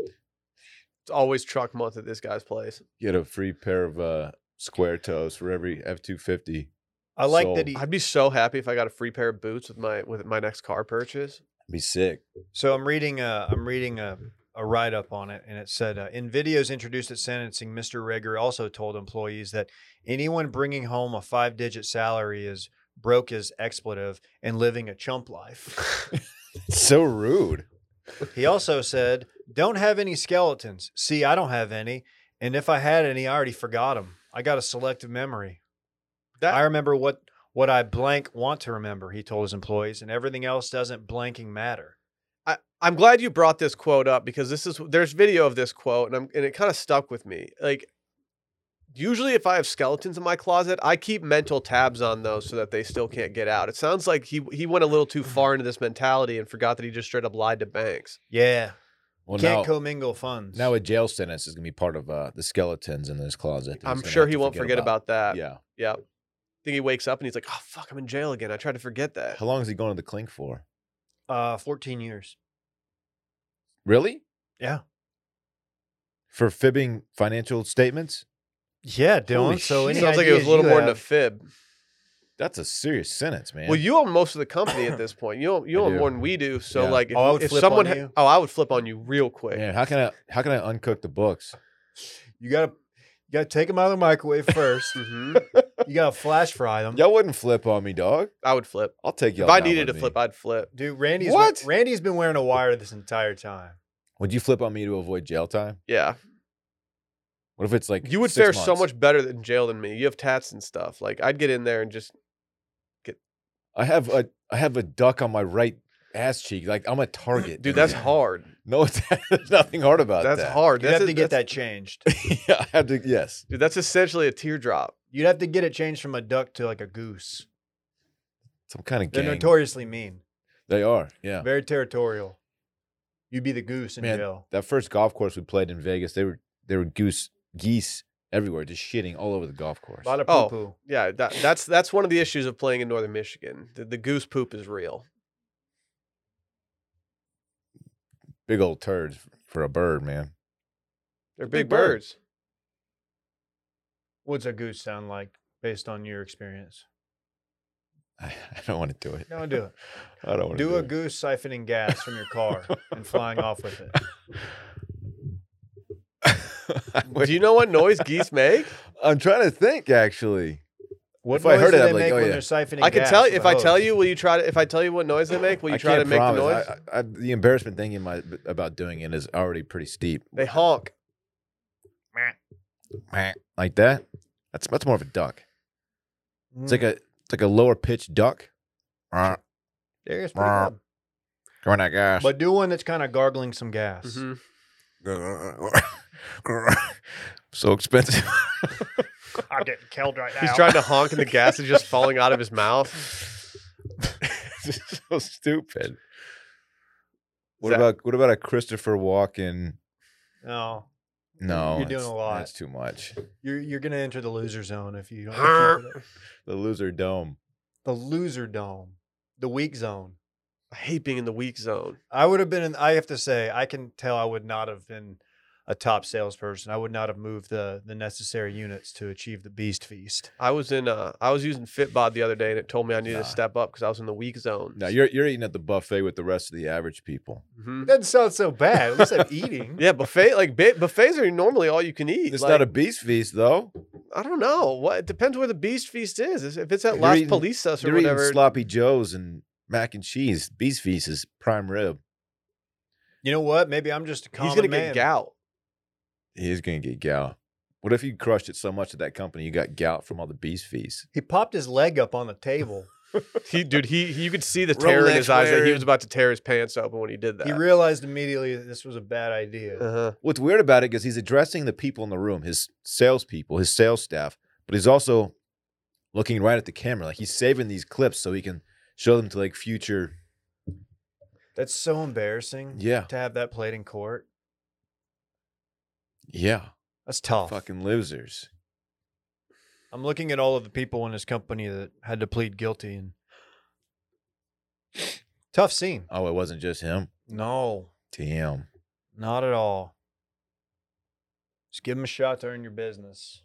A: it's always truck month at this guy's place.
C: Get a free pair of uh, square toes for every F two fifty.
B: I like
C: Sold.
B: that he.
A: I'd be so happy if I got a free pair of boots with my with my next car purchase.
C: Be sick.
B: So I'm reading a, I'm reading a, a a write up on it, and it said uh, in videos introduced at sentencing, Mr. Rager also told employees that anyone bringing home a five digit salary is broke as expletive and living a chump life.
C: so rude.
B: he also said, "Don't have any skeletons. See, I don't have any, and if I had any, I already forgot them. I got a selective memory."
A: That
B: I remember what what I blank want to remember, he told his employees, and everything else doesn't blanking matter.
A: I, I'm glad you brought this quote up because this is there's video of this quote and I'm and it kind of stuck with me. Like usually if I have skeletons in my closet, I keep mental tabs on those so that they still can't get out. It sounds like he he went a little too far into this mentality and forgot that he just straight up lied to banks.
B: Yeah.
C: Well,
B: Can't
C: now,
B: commingle funds.
C: now a jail sentence is gonna be part of uh, the skeletons in his closet. that he's
A: I'm
C: gonna
A: sure
C: have
A: he
C: to
A: won't forget about, that.
C: Yeah.
A: Yep. I think he wakes up and he's like, "Oh fuck, I'm in jail again. I tried to forget that."
C: How long is he going to the clink for?
B: uh, 14 years.
C: Really?
B: Yeah.
C: For fibbing financial statements?
B: Yeah, Dylan.
C: Holy
B: so
C: shit.
B: any
A: Sounds like it was
B: ideas
A: a little
B: you
A: more than a
B: have,
A: fib.
C: That's a serious sentence, man.
A: Well, you own most of the company at this point. You own you
C: I
A: own
C: do.
A: more than we do. So
C: Yeah.
A: like, if,
B: Oh, I would
A: if
B: flip
A: someone,
B: on
A: ha-
B: you.
A: oh, I would flip on you real quick.
C: man, how can I how can I uncook the books?
B: you gotta you gotta take them out of the microwave first.
A: hmm
B: you gotta flash fry
A: Um
B: them.
C: Y'all wouldn't flip on me, dog.
A: I would flip.
C: I'll take y'all.
A: if I
C: down
A: needed to
C: with me.
A: flip, I'd flip.
B: Dude, Randy's we-
C: What?
B: Randy's been wearing a wire this entire time.
C: would you flip on me to avoid jail time?
A: Yeah,
C: What if it's like
A: you would
C: six
A: fare so
C: months?
A: much better than jail than me. You have tats and stuff. Like I'd get in there and just
C: I have a I have a duck on my right ass cheek. Like I'm a target.
A: dude.
C: down
A: That's
C: there.
A: hard.
C: No, it's, there's nothing hard about
A: That's
C: that.
A: hard.
B: You'd
A: That's
B: have
A: a-
B: to get
A: that's-
B: that changed.
C: yeah, I have to. Yes,
A: Dude, that's essentially a teardrop.
B: You'd have to get it changed from a duck to like a goose.
C: some kind of
B: They're
C: gang.
B: notoriously mean.
C: they are. Yeah.
B: Very territorial. You'd be the goose in
C: Man,
B: jail.
C: That first golf course we played in Vegas, they were there were goose geese everywhere, just shitting all over the golf course.
B: A lot of
A: Oh.
B: poo poo.
A: Yeah, that, that's that's one of the issues of playing in northern Michigan. The, the goose poop is real.
C: Big old turds for a bird, man.
A: They're
C: Big
A: big,
C: bird.
A: birds.
B: What's a goose sound like based on your experience?
C: I, I don't want to do it.
B: Don't do it.
C: I don't want to do,
B: Do a
C: it.
B: goose siphoning gas from your car and flying off with it.
A: Do you know what noise geese make?
C: I'm trying to think actually.
B: What
C: If I heard
B: do
C: it, I'd
B: they
C: be like,
B: make
C: "Oh,
B: when
C: yeah."
B: they're siphoning
A: I can
B: gas
A: tell you
B: with
A: if
B: a
A: I tell
B: hose?
A: you. Will you try to? If I tell you what noise they make, will you
C: I
A: try to
C: can't
A: make the noise?
C: promise. I, I, I, the embarrassment thing in my about doing it is already pretty steep.
A: They honk.
C: Like that. That's that's more of a duck.
B: Mm.
C: It's
B: Hmm.
C: like a it's like a lower pitched duck. Come
B: There is pretty good.
C: on, that gas.
B: But do one that's kind of gargling some gas.
A: Mhm.
C: so expensive.
B: I'm getting killed right
A: He's trying to honk, and the gas is just falling out of his mouth.
C: This is so stupid. What
A: Zach-
C: about what about a Christopher Walken?
B: No,
C: No,
B: You're doing
C: that's-
B: a lot.
C: That's too much.
B: Oh. you're you're gonna enter the loser zone if you don't. if you do that.
C: The loser dome.
B: the loser dome, the weak zone.
A: I hate being in the weak zone.
B: I would have been. In, I have to say, I can tell I would not have been a top salesperson. I would not have moved the the necessary units to achieve the beast feast.
A: I was in. Uh, I was using Fitbod the other day, and it told me I needed
C: Nah.
A: to step up because I was in the weak zone.
C: Now you're you're eating at the buffet with the rest of the average people.
A: Mhm.
B: It doesn't sound so bad. At least I'm eating.
A: Yeah, buffet like ba- buffets are normally all you can eat.
C: It's
A: like,
C: not a beast feast though.
A: I don't know. What it depends where the beast feast is. If it's at
C: You're
A: Las
C: eating-
A: Palizas or
C: You're eating
A: whatever,
C: sloppy joes and mac and cheese. Beast feast is prime rib.
B: You know what? Maybe I'm just a common
A: he's gonna
B: man.
A: get gout.
C: He is gonna get gout. What if you crushed it so much at that company you got gout from all the beast feast?
B: He popped his leg up on the table.
A: He, dude, he, he you could see the terror in his eyes that he
C: wearing-
A: was about to tear his pants open when he did that.
B: He realized immediately that this was a bad idea.
A: uh-huh.
C: What's weird about it is he's addressing the people in the room, his salespeople, his sales staff, but he's also looking right at the camera. Like he's saving these clips so he can show them to like future.
B: That's so embarrassing.
C: Yeah.
B: To have that played in court.
C: Yeah.
B: That's tough.
C: Fucking losers.
B: I'm looking at all of the people in his company that had to plead guilty and tough scene.
C: Oh, it wasn't just him.
B: No,
C: Damn.
B: not at all. Just give him a shot to earn your business.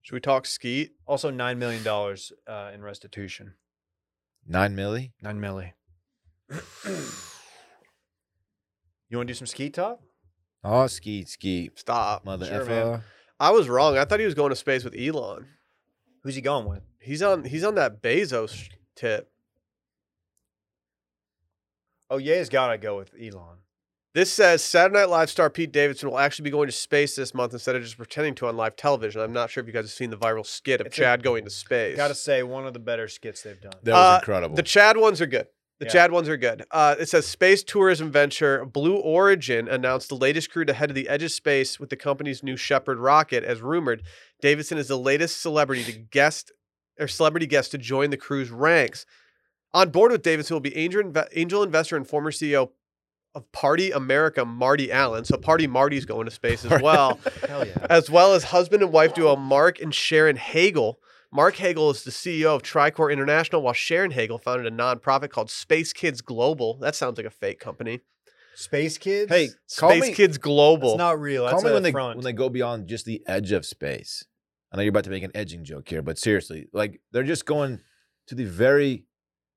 A: Should we talk skeet?
B: Also, nine million dollars uh, in restitution.
C: Nine milli?
B: Nine milli. You want to do some ski top?
C: Oh, ski, ski,
A: Stop.
C: mother
B: Sure,
C: effer.
A: I was wrong. I thought he was going to space with Elon.
B: Who's he going with?
A: He's on. He's on that Bezos tip.
B: Oh, Ye's got to go with Elon.
A: This says Saturday Night Live star Pete Davidson will actually be going to space this month instead of just pretending to on live television. I'm not sure if you guys have seen the viral skit of
B: It's a-
A: Chad going to space.
B: Got to say, one of the better skits they've done.
C: That was
A: Uh,
C: incredible.
A: The Chad ones are good. The
B: Yeah.
A: Chad ones are good. Uh, it says space tourism venture Blue Origin announced the latest crew to head to the edge of space with the company's new Shepard rocket. As rumored, Davidson is the latest celebrity to guest or celebrity guest to join the crew's ranks. On board with Davidson will be angel, inve- angel investor and former CEO of Party America, Marty Allen. So Party Marty's going to space as well
B: Hell yeah.
A: as well as husband and wife duo Mark and Sharon Hagel. Mark Hagel is the CEO of Tricor International, while Sharon Hagel founded a nonprofit called Space Kids Global. That sounds like a fake company.
B: Space Kids?
C: hey, call
A: Space
C: me,
A: Kids
B: It's
A: Global.
B: not real.
C: call
B: That's
C: me
B: a
C: when they
B: front.
C: when they go beyond just the edge of space. I know you're about to make an edging joke here, but seriously, like they're just going to the very,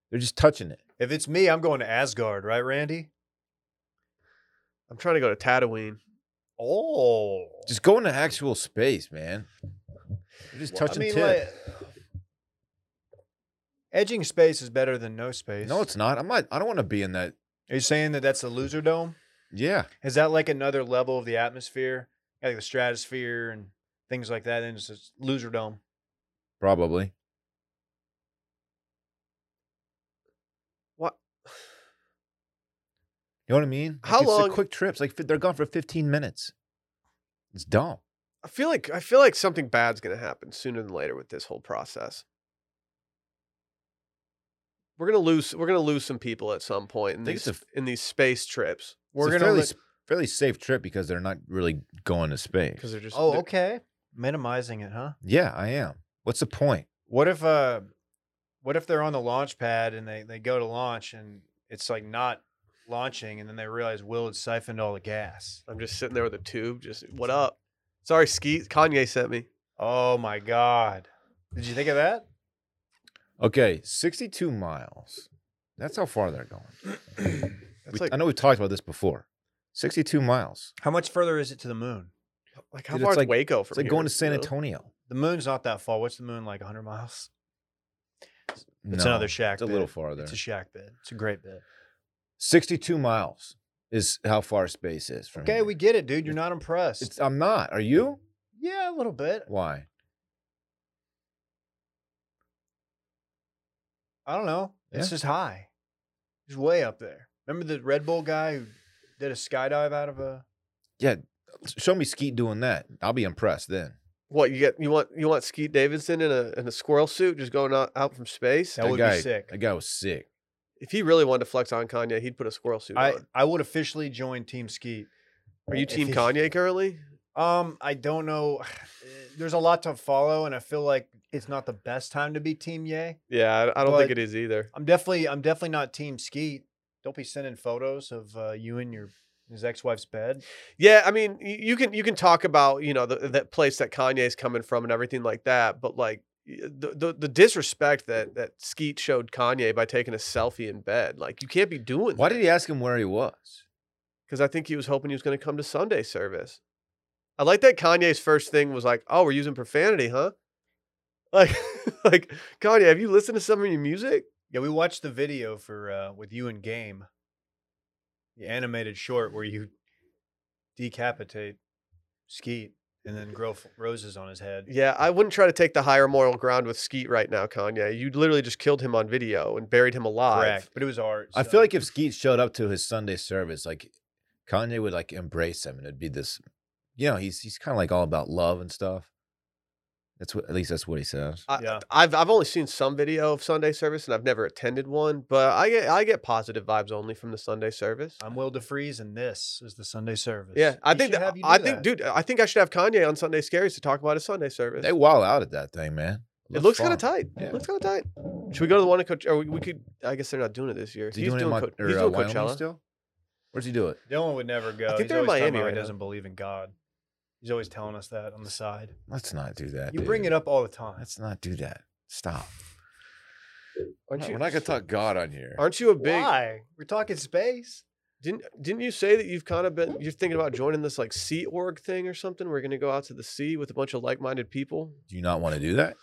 C: they're just touching it.
B: if it's me, I'm going to Asgard, right, Randy?
A: I'm trying to go to Tatooine.
B: Oh.
C: Just going to actual space, man. They're just
B: Well,
C: touching tip.
B: like, edging space is better than no space.
C: no, it's not. I'm not. I don't want to be in that.
B: Are you saying that that's the loser dome?
C: Yeah,
B: Is that like another level of the atmosphere, like the stratosphere and things like that? And it's just loser dome.
C: probably.
A: What?
C: You know what I mean? Like,
A: How
C: it's the
A: long-
C: quick trips. Like fi- they're gone for 15 minutes. It's dumb.
A: I feel like I feel like something bad's going to happen sooner than later with this whole process. We're gonna lose. We're gonna lose some people at some point in
C: Think it's
A: these
C: a
A: in these space trips
B: We're
C: it's a
B: gonna
C: fairly,
B: look-
C: s- fairly safe trip because they're not really going to space.
A: because they're just.
B: Oh,
A: they're-
B: okay. Minimizing it, huh?
C: Yeah, I am. What's the point?
B: What if uh, what if they're on the launch pad and they they go to launch and it's like not launching, and then they realize Will had siphoned all the gas.
A: I'm just sitting there with a tube. Just what up? Sorry, Skeet. Kanye sent me.
B: Oh my God! Did you think of that?
C: Okay, 62 miles. That's how far they're going.
A: That's
C: We-
A: like
C: I know we talked about this before. 62 miles.
B: How much further is it to the moon?
A: Like how
C: Dude, it's
A: far is
C: like-
A: Waco from
C: It's like
A: here,
C: going to San
A: you know?
C: Antonio.
B: The moon's not that far. What's the moon like? 100 miles? It's
C: No,
B: another shack.
C: It's a
B: bid.
C: little farther.
B: It's a shack bid. It's a great bid.
C: 62 miles is how far space is from
B: Okay,
C: here.
B: we get it, dude. You're not impressed.
C: It's, I'm not. Are you?
B: yeah, a little bit.
C: Why?
B: I don't know. It's
C: Yeah.
B: just high. It's way up there. Remember the Red Bull guy who did a skydive out of a.
C: Yeah, show me Skeet doing that. I'll be impressed then.
A: What you get? You want you want Skeet Davidson in a in a squirrel suit, just going out, out from space?
B: That would be
C: guy,
B: sick.
C: That guy was sick.
A: If he really wanted to flex on Kanye, he'd put a squirrel suit
B: I,
A: on.
B: I would officially join Team Skeet.
A: Are you
B: if
A: Team
B: he-
A: Kanye currently?
B: Um, I don't know. Eh, There's a lot to follow, and I feel like it's not the best time to be Team Yay.
A: Yeah, I, I don't think it
B: But-
A: is either.
B: I'm definitely I'm definitely not team skeet. Don't be sending photos of uh, you and your his ex-wife's bed.
A: Yeah, I mean, y- you can you can talk about you know the that place that Kanye's coming from and everything like that, but like y- the the, the disrespect that that Skeet showed Kanye by taking a selfie in bed, like you can't be doing.
C: Why did he ask him where he was?
A: Because I think he was hoping he was going to come to Sunday service. I like that Kanye's first thing was like, "Oh, we're using profanity, huh?" Like, like Kanye, have you listened to some of your music?
B: Yeah, we watched the video for uh, with you and Game, the animated short where you decapitate Skeet and then grow f- roses on his head.
A: Yeah, I wouldn't try to take the higher moral ground with Skeet right now, Kanye. You literally just killed him on video and buried him alive.
B: Correct, but it was art.
C: I
B: so-
C: feel like if Skeet showed up to his Sunday service, like Kanye would like embrace him, and it'd be this, you know, he's he's kind of like all about love and stuff. That's what at least that's what he says.
A: I,
B: Yeah.
A: I've I've only seen some video of Sunday service and I've never attended one, but I get I get positive vibes only from the Sunday service.
B: I'm Will DeFreeze, and this is the Sunday service.
A: yeah, I
B: He
A: think
B: should
A: that,
B: have you do
A: I think,
B: that.
A: dude, I think I should have Kanye on Sunday Scaries to talk about his Sunday service.
C: They wall out at that thing, man.
A: It looks kind of
C: fun.
A: tight.
C: Yeah.
A: It looks kind of tight. Should we go to the one in Coachella? Or we, we could. I guess they're not doing it this year.
C: Is he doing, it in Mon-
A: Co-
C: or,
A: he's
C: uh,
A: doing
C: Wyoming
A: Coachella.
C: still? Where's he do it?
B: Dylan would never go.
A: think
B: He's
A: they're in
B: always talking
A: Miami
B: about how
A: right
B: he
A: now.
B: doesn't believe in God. He's always telling us that on the side.
C: Let's not do that.
B: You bring it up all the time.
C: Let's not do that. Stop.
A: Aren't
C: No,
A: you?
C: We're not gonna talk God on here.
A: Aren't you a big?
B: Why? We're talking space.
A: Didn't didn't you say that you've kind of been you're thinking about joining this like sea org thing or something? We're gonna go out to the sea with a bunch of like-minded people.
C: Do you not want to do that?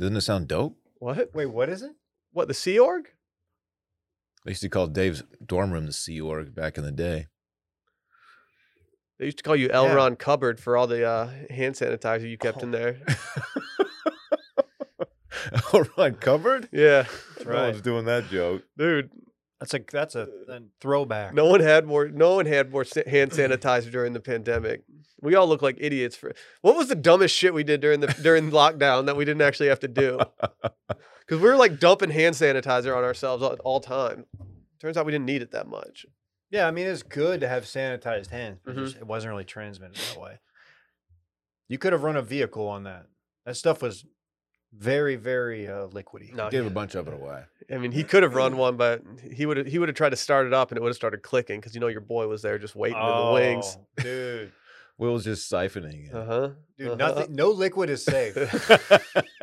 C: Doesn't it sound dope?
A: What?
B: Wait, what is it?
A: What the sea org?
C: They used to call Dave's dorm room the Sea Org back in the day.
A: They used to call you L. Ron Cupboard for all the uh, hand sanitizer you
C: Oh.
A: kept in there.
C: All right, covered.
A: Yeah,
B: That's
C: No
B: right.
C: one's doing that joke.
A: dude.
B: That's a that's a, a throwback.
A: Uh, No one had more. No one had more sa- hand sanitizer during the pandemic. We all look like idiots for. What was the dumbest shit we did during the during lockdown that we didn't actually have to do? Because we were like dumping hand sanitizer on ourselves all, all time. Turns out we didn't need it that much.
B: Yeah, I mean it's good to have sanitized hands, but
A: Mhm.
B: just, it wasn't really transmitted that way. You could have run a vehicle on that. That stuff was very, very uh, liquidy.
A: No,
C: Gave a bunch of it away.
A: I mean he could have run one, but he would he would have tried to start it up and it would have started clicking because you know your boy was there just waiting in the wings.
B: Oh, dude,
C: Will was just siphoning
A: Uh
C: it.
A: huh.
B: dude,
A: Uh-huh.
B: nothing. No liquid is safe. I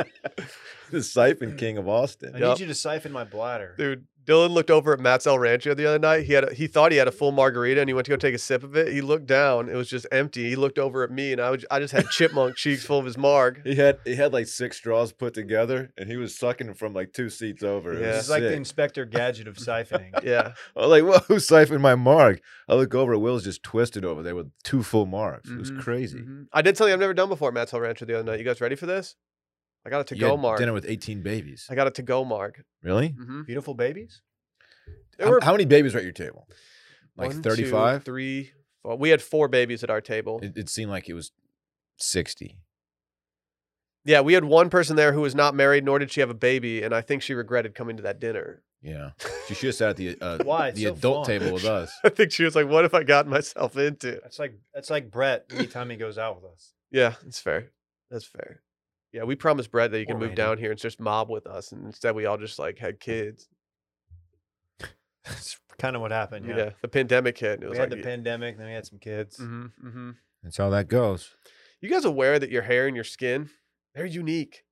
C: the siphon king of Austin.
A: Yup.
B: need you to siphon my bladder.
A: Dude, Dylan looked over at Matt's El Rancho the other night. He had a, he thought he had a full margarita and he went to go take a sip of it. He looked down, it was just empty. He looked over at me and I was, I just had chipmunk cheeks full of his marg.
C: He had he had like six straws put together, and he was sucking from like two seats over. It
A: Yeah.
C: was
B: This is like the
C: sick.
B: Inspector Gadget of siphoning.
A: Yeah.
C: I was like, "Whoa, who siphoned my mark?" I look over, Will's just twisted over there with two full marks. It was
A: Mhm,
C: crazy.
A: I did something I've never done before at Matt's El Rancho the other night. You guys ready for this? I got a to
C: You
A: go
C: had
A: marg.
C: Dinner with eighteen babies.
A: I got a to go marg.
C: Really?
A: Mm-hmm.
B: Beautiful babies.
A: There
C: How,
A: were
C: how many babies were at your table? Like
A: one, two,
C: thirty-five.
A: three, four. We had four babies at our table.
C: It, it seemed like it was sixty.
A: Yeah, we had one person there who was not married, nor did she have a baby, and I think she regretted coming to that dinner.
C: Yeah, she should have sat at the uh,
B: Why? It's
C: the
B: so
C: adult
B: fun.
C: table with us.
A: I think she was like, "What have I gotten myself into?"
B: That's like that's like Brett anytime he goes out with us.
A: Yeah, that's fair. That's fair. Yeah, we promised Brett that you can
B: Or
A: move
B: Randy.
A: down here and just mob with us, and instead we all just like had kids.
B: That's kind of what happened.
A: Yeah,
B: Yeah,
A: the pandemic hit. And it
B: we
A: was
B: had
A: like,
B: the pandemic, then we had some kids.
A: hmm hmm
C: That's how that goes.
A: You guys aware that your hair and your skin they're unique,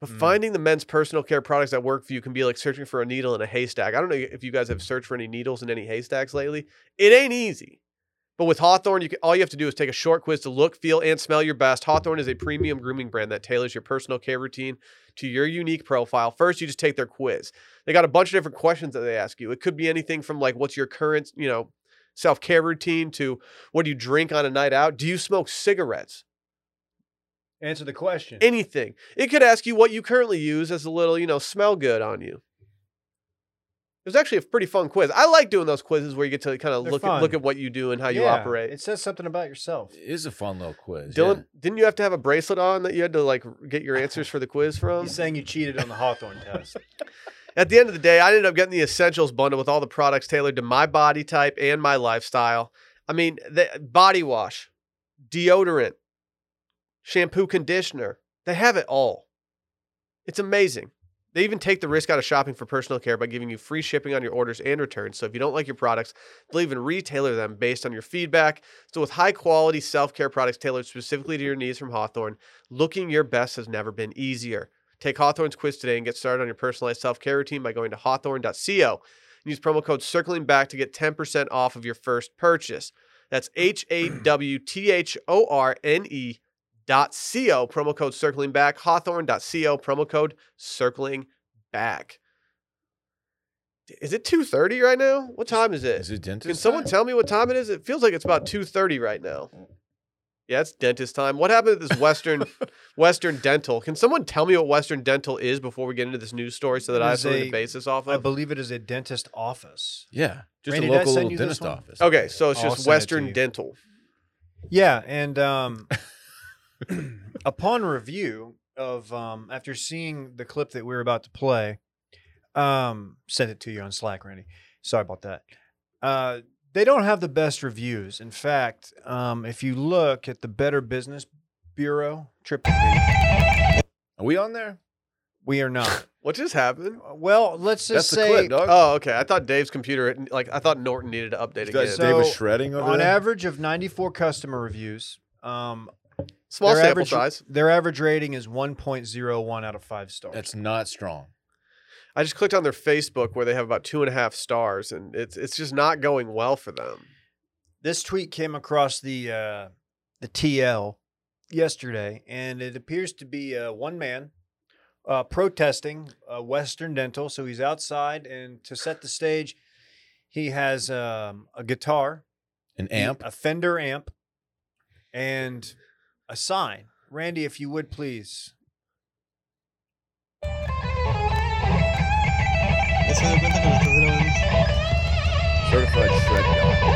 A: but
B: Mm.
A: finding the men's personal care products that work for you can be like searching for a needle in a haystack. I don't know if you guys have searched for any needles in any haystacks lately. It ain't easy. But with Hawthorne, you can, all you have to do is take a short quiz to look, feel, and smell your best. Hawthorne is a premium grooming brand that tailors your personal care routine to your unique profile. First, you just take their quiz. They got a bunch of different questions that they ask you. It could be anything from like, what's your current, you know, self care routine to what do you drink on a night out? Do you smoke cigarettes?
B: Answer the question.
A: anything. It could ask you what you currently use as a little, you know, smell good on you. It was actually a pretty fun quiz. I like doing those quizzes where you get to kind of
B: They're
A: look at, look
B: fun.
A: at what you do and how you
B: Yeah,
A: operate.
B: It says something about yourself.
C: It is a fun little quiz.
A: Dylan, didn't you have to have a bracelet on that you had to like get your answers for the quiz from?
B: He's saying you cheated on the Hawthorne test.
A: At the end of the day, I ended up getting the essentials bundle with all the products tailored to my body type and my lifestyle. I mean, the body wash, deodorant, shampoo, conditioner, they have it all. It's amazing. They even take the risk out of shopping for personal care by giving you free shipping on your orders and returns. So if you don't like your products, they'll even retailer them based on your feedback. So with high quality self care products tailored specifically to your needs from Hawthorne, looking your best has never been easier. Take Hawthorne's quiz today and get started on your personalized self care routine by going to hawthorne.co. Use promo code circling back to get 10% off of your first purchase. That's H A W T H O R N E dot co promo code circling back hawthorne.co promo code circling back is it 2.30 right now what time is
B: uh,
A: it
C: Is it dentist?
A: can someone
C: time?
A: tell me what time it is? It feels like it's about two thirty right now. Yeah, it's dentist time. What happened to this Western Western Dental? Can someone tell me what Western Dental is before we get into this news story so that
B: It
A: I have
B: is
A: something to
B: a-
A: base this off
B: I
A: of?
B: believe it is a dentist office.
C: Yeah, just
B: Randy,
C: a
B: did I
C: local
B: send
C: little
B: you this
C: dentist
B: one?
C: office.
A: Okay, so it's just
B: I'll send it to
A: Western
B: you.
A: Dental.
B: Yeah, and um, upon review of um, after seeing the clip that we were about to play, um, sent it to you on Slack, Randy. Sorry about that. Uh, they don't have the best reviews. In fact, um, if you look at the Better Business Bureau, triple B,
C: Are we on there?
B: we are not.
A: What just happened?
B: Well, let's
C: That's
B: just
C: the
B: say uh,
C: clip, dog.
A: Oh, okay. I thought Dave's computer, like, I thought Norton needed to update
C: That
A: again.
B: So-
C: Dave was shredding over
B: on
C: there.
B: average of 94 customer reviews, um,
A: Small
B: their
A: sample
B: average,
A: size.
B: Their average rating is 1.01 out of five stars.
C: That's not strong.
A: I just clicked on their Facebook where they have about two and a half stars, and it's it's just not going well for them.
B: this tweet came across the uh, the TL yesterday, and it appears to be uh, one man uh, protesting uh, Western Dental. So he's outside, and to set the stage, he has um, a guitar,
C: An
B: he-
C: amp.
B: a Fender amp, and a sign. Randy, if you would please.
E: ¿Eso se da cuenta que lo estás grabando?
C: Certified shred dog.
B: Oh,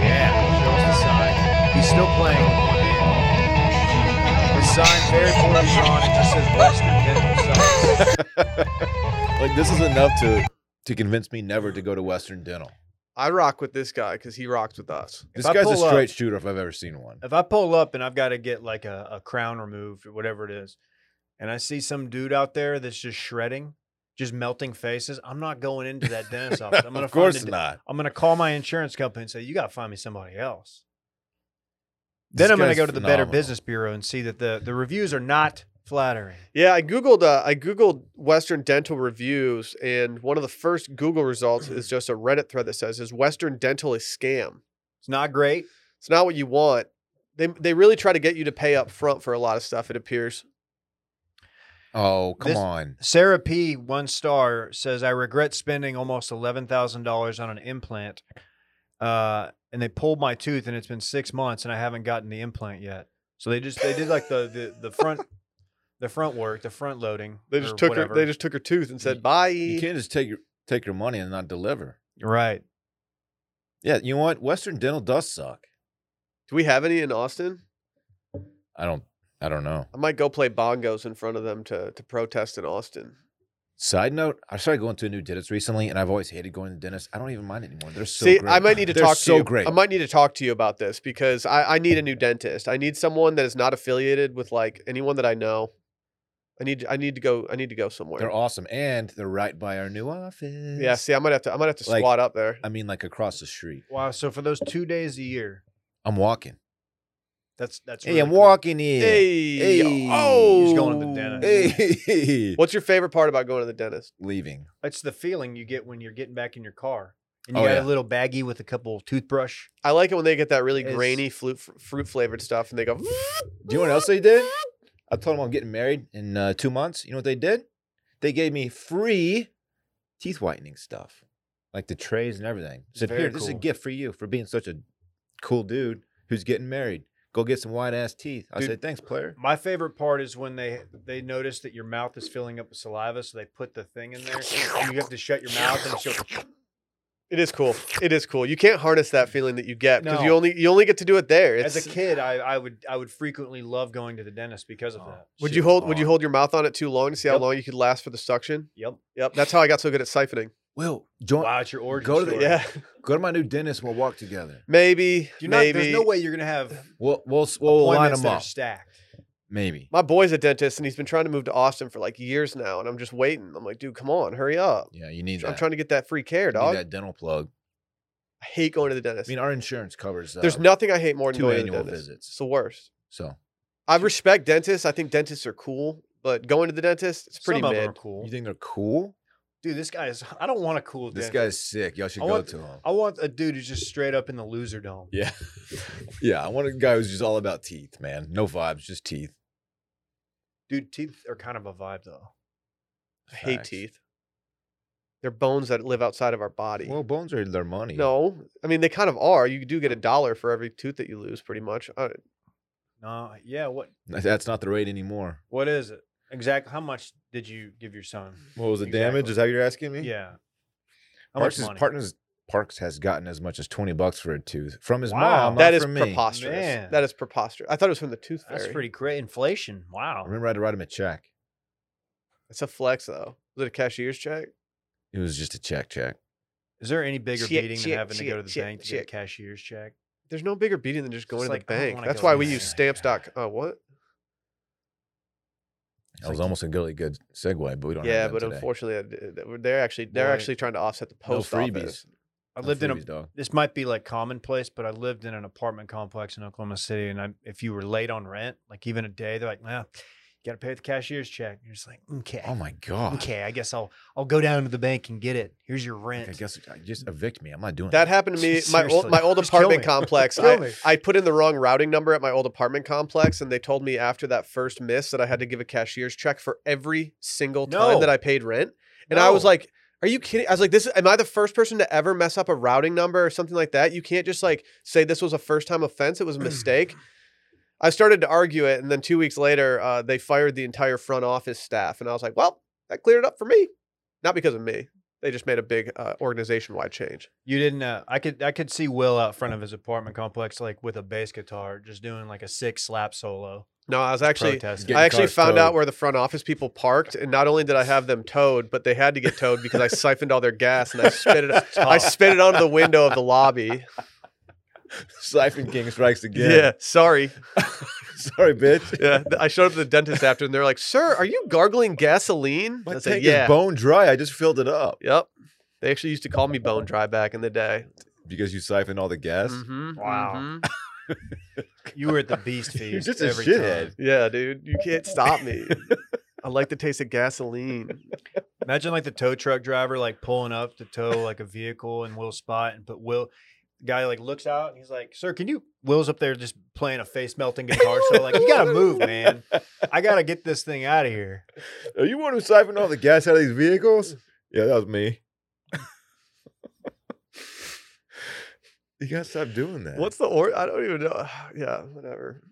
B: Yeah, shows the sign. He's still playing with one hand. The sign very poorly drawn. It just says Western Dental. Sucks.
C: Like this is enough to to convince me never to go to Western Dental.
A: I rock with this guy because he rocks with us.
C: This
B: I
C: guy's a
B: pull up-
C: straight shooter if I've ever seen one.
B: If I pull up and I've got to get like a, a crown removed or whatever it is, and I see some dude out there that's just shredding, just melting faces, I'm not going into that dentist office. I'm gonna
C: of course
B: find a,
C: not.
B: I'm gonna call my insurance company and say, "You got to find me somebody else."
C: This
B: then I'm gonna
C: guy's
B: go to the Better
C: phenomenal.
B: Business Bureau and see that the the reviews are not flattering.
A: Yeah, I googled uh, I googled Western dental reviews, and one of the first Google results is just a Reddit thread that says, "Is Western dental a scam?"
B: It's not great.
A: It's not what you want. They they really try to get you to pay up front for a lot of stuff. It appears.
C: Oh come
B: This-
C: on.
B: Sarah P, one star, says, I regret spending almost $11,000 on an implant. Uh, and they pulled my tooth, and it's been six months, and I haven't gotten the implant yet. So they just, they did like the, the, the front, the front work, the front loading.
A: They just
B: or
A: took
B: whatever.
A: her. They just took her tooth and
C: You-
A: said bye.
C: You can't just take your take your money and not deliver.
B: right.
C: Yeah, you know what? Western Dental does suck.
A: Do we have any in Austin?
C: I don't I don't know.
A: I might go play bongos in front of them to to protest in Austin.
C: Side note, I started going to a new dentist recently and I've always hated going to the dentist. I don't even mind anymore. They're so
A: See,
C: great.
A: I might need to
C: They're
A: talk to
C: so
A: you.
C: great.
A: I might need to talk to you about this because I, I need a new dentist. I need someone that is not affiliated with like anyone that I know. I need I need to go I need to go somewhere.
C: They're awesome. And they're right by our new office.
A: yeah, see, I might have to I might have to
C: Like-
A: squat up there.
C: I mean like across the street.
B: Wow. So for those two days a year,
C: I'm walking.
B: that's, that's,
C: Hey,
B: really
C: I'm
B: cool.
C: walking in.
A: Hey,
C: Hey.
A: oh,
B: He's going to the dentist.
C: Hey.
A: What's your favorite part about going to the dentist?
C: Leaving.
B: It's the feeling you get when you're getting back in your car and you
C: Oh,
B: got
C: yeah.
B: a little baggie with a couple toothbrush.
A: I like it when they get that really
B: It's-
A: grainy fruit fruit flavored stuff and they go.
C: Do you know what else they did? I told them I'm getting married in uh, two months. You know what they did? They gave me free teeth whitening stuff, like the trays and everything. Said,
B: Very
C: here, this is a
B: cool.
C: gift for you for being such a cool dude who's getting married. Go get some white ass teeth. I
A: Dude.
C: said, thanks, player.
B: My favorite part is when they they notice that your mouth is filling up with saliva, so they put the thing in there. And you have to shut your mouth and she'll
A: It is cool. It is cool. You can't harness that feeling that you get because you
B: No.
A: only you only get to do it there. It's,
B: As a kid, I, I would I would frequently love going to the dentist because of
C: Oh,
B: that.
A: would
C: Shit
A: you
C: was
A: hold would you
C: on.
A: hold your mouth on it too long to see how
B: Yep.
A: long you could last for the suction?
B: Yep.
A: Yep. That's how I got so good at siphoning.
C: Will, join,
B: Wow, it's your origin
C: Go to the-
B: story.
A: Yeah.
C: go to my new dentist. We'll walk together.
A: Maybe.
B: You're not,
A: maybe.
B: there's no way you're gonna have
C: We'll, we'll, we'll line
B: appointments
C: them
B: that are
C: up.
B: stacked.
C: Maybe.
A: My boy's a dentist and he's been trying to move to Austin for like years now, and I'm just waiting. I'm like, dude, come on, hurry up.
C: Yeah, you need
A: I'm
C: that.
A: trying to get that free care,
C: you
A: dog.
C: need that dental plug.
A: I hate going to the dentist.
C: I mean, our insurance covers. Uh,
A: there's nothing I hate more than
C: two
A: going to the
C: annual
A: dentist.
C: visits.
A: It's the worst.
C: So
A: I respect dentists. I think dentists are cool, but going to the dentist, it's pretty
B: Some of
A: mid.
B: them are cool.
C: you think they're cool?
B: Dude, this guy is. I don't want a cool
C: This
B: dentist.
C: guy's sick. Y'all should
B: I
C: go
B: want-
C: to him.
B: I want a dude who's just straight up in the loser dome.
C: Yeah. yeah. I want a guy who's just all about teeth, man. No vibes, just teeth.
B: Dude, teeth are kind of a vibe though.
A: I hate
C: Facts.
A: teeth. They're bones that live outside of our body.
C: Well, bones are their money.
A: No, I mean they kind of are. You do get a dollar for every tooth that you lose, pretty much. Uh,
B: No, yeah. What
C: That- That's not the rate anymore.
B: what is it exactly? How much did you give your son?
C: What was
B: the damage? Exactly. Is
C: that you're asking me?
B: Yeah. How
C: Parks,
B: much
C: is,
B: money?
C: partners, Parks has gotten as much as 20 bucks for a tooth from his
B: Wow.
C: mom.
A: that
C: not
A: is
C: from me.
A: preposterous.
B: Man.
A: That is preposterous. I thought it was from the tooth fairy.
B: That's pretty great. Inflation.
C: I
B: Wow.
C: remember I had to write him a check.
A: It's a flex, though. Was it a cashier's check?
C: It was just a check, check.
B: Is there any bigger
A: Shit,
B: beating
A: shit,
B: than having to
A: shit,
B: go to the
A: shit,
B: bank to get
A: shit.
B: a cashier's check?
A: There's no bigger beating than just going
B: It's
A: to
B: like,
A: the
B: I don't
A: bank.
B: wanna
A: That's
B: go
A: why
B: in
A: we
B: there.
A: use stamps.com. Oh, what?
C: That was almost a really good segue, but we don't.
A: Yeah,
C: have them
A: but
C: today.
A: unfortunately, I- th- th- they're actually they're
B: Boy.
A: actually trying to offset the
C: No
A: post
C: freebies.
A: office.
B: I
C: No
B: lived in a.
C: freebies, dog.
B: This might be like commonplace, but I lived in an apartment complex in Oklahoma City, and I, if you were late on rent, like even a day, they're like, "Nah, got to pay with the cashier's check. You're just like, okay,
C: Oh my god.
B: okay, I guess I'll I'll go down to the bank and get it. Here's your rent.
C: I guess uh, just evict me. I'm not doing
A: That happened to me. My old,
B: Seriously.
A: my old
B: Just kill
A: apartment
B: me.
A: complex.
B: Kill
A: I,
B: me.
A: I put in the wrong routing number at my old apartment complex, and they told me after that first miss that I had to give a cashier's check for every single time
B: No.
A: that I paid rent. And I was
B: No.
A: like, "Are you kidding?" I was like, "This am I the first person to ever mess up a routing number or something like that? You can't just like say this was a first time offense. It was a mistake." I started to argue it, and then two weeks later, uh, they fired the entire front office staff, and I was like, "Well, that cleared it up for me, not because of me." They just made a big uh, organization wide change.
B: You didn't. Uh, I could. I could see Will out front of his apartment complex, like with a bass guitar, just doing like a sick slap solo.
A: No, I was actually
B: protesting.
C: Getting
A: I actually
C: cars
A: found out
C: towed.
A: where the front office people parked, and not only did I have them towed, but they had to get towed because I siphoned all their gas and I spit it. I spit it onto the window of the lobby.
C: it. Siphon King strikes again.
A: Yeah, sorry.
C: Sorry, bitch.
A: Yeah, th- I showed up to the dentist after, and they're like, "Sir, are you gargling gasoline?" I
C: My tank
A: said,
C: is
A: "Yeah,
C: bone dry. I just filled it up
A: yep." They actually used to call me bone dry back in the day.
C: because you siphoned all the gas.
A: Mhm,
B: Wow.
A: mhm.
B: You were at the beast feast.
C: You're just a
B: every
C: shithead.
B: time.
A: Yeah, dude, you can't stop me. I like the taste of gasoline.
B: Imagine like the tow truck driver like pulling up to tow like a vehicle in Will's spot, and put Will. the Guy like looks out and he's like, "Sir, can you?" Will's up there just playing a face melting guitar solo. Like, you gotta move, man. I gotta get this thing out of here.
C: Are you one who siphoned all the gas out of these
B: Mm.
C: vehicles? Yeah, that was me. you gotta stop doing
B: Eh.
C: that.
A: What's the or? I don't even know. Yeah, whatever.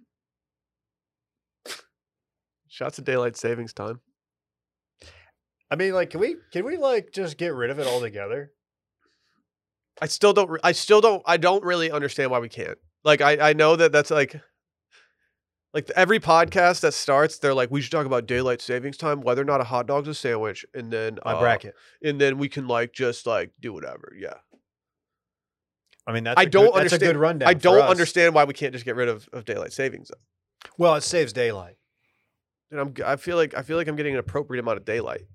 A: Shots of daylight savings time.
B: I mean, like, can we can we like just get rid of it altogether?
A: I still don't. re- I still don't. I don't really understand why we can't. Like, I I know that that's like, like every podcast that starts, they're like, we should talk about daylight savings time, whether or not a hot dog's a sandwich, and then
B: My
A: uh,
B: bracket.
A: and then we can like just like do whatever. Yeah,
B: I mean, that's
A: I
B: a good-
A: don't
B: that's a
A: understand-
B: good rundown.
A: I
B: for
A: don't
B: us.
A: understand why we can't just get rid of, of daylight savings.
B: Well, it saves daylight.
A: And I'm g- I feel like I feel like I'm getting an appropriate amount of daylight.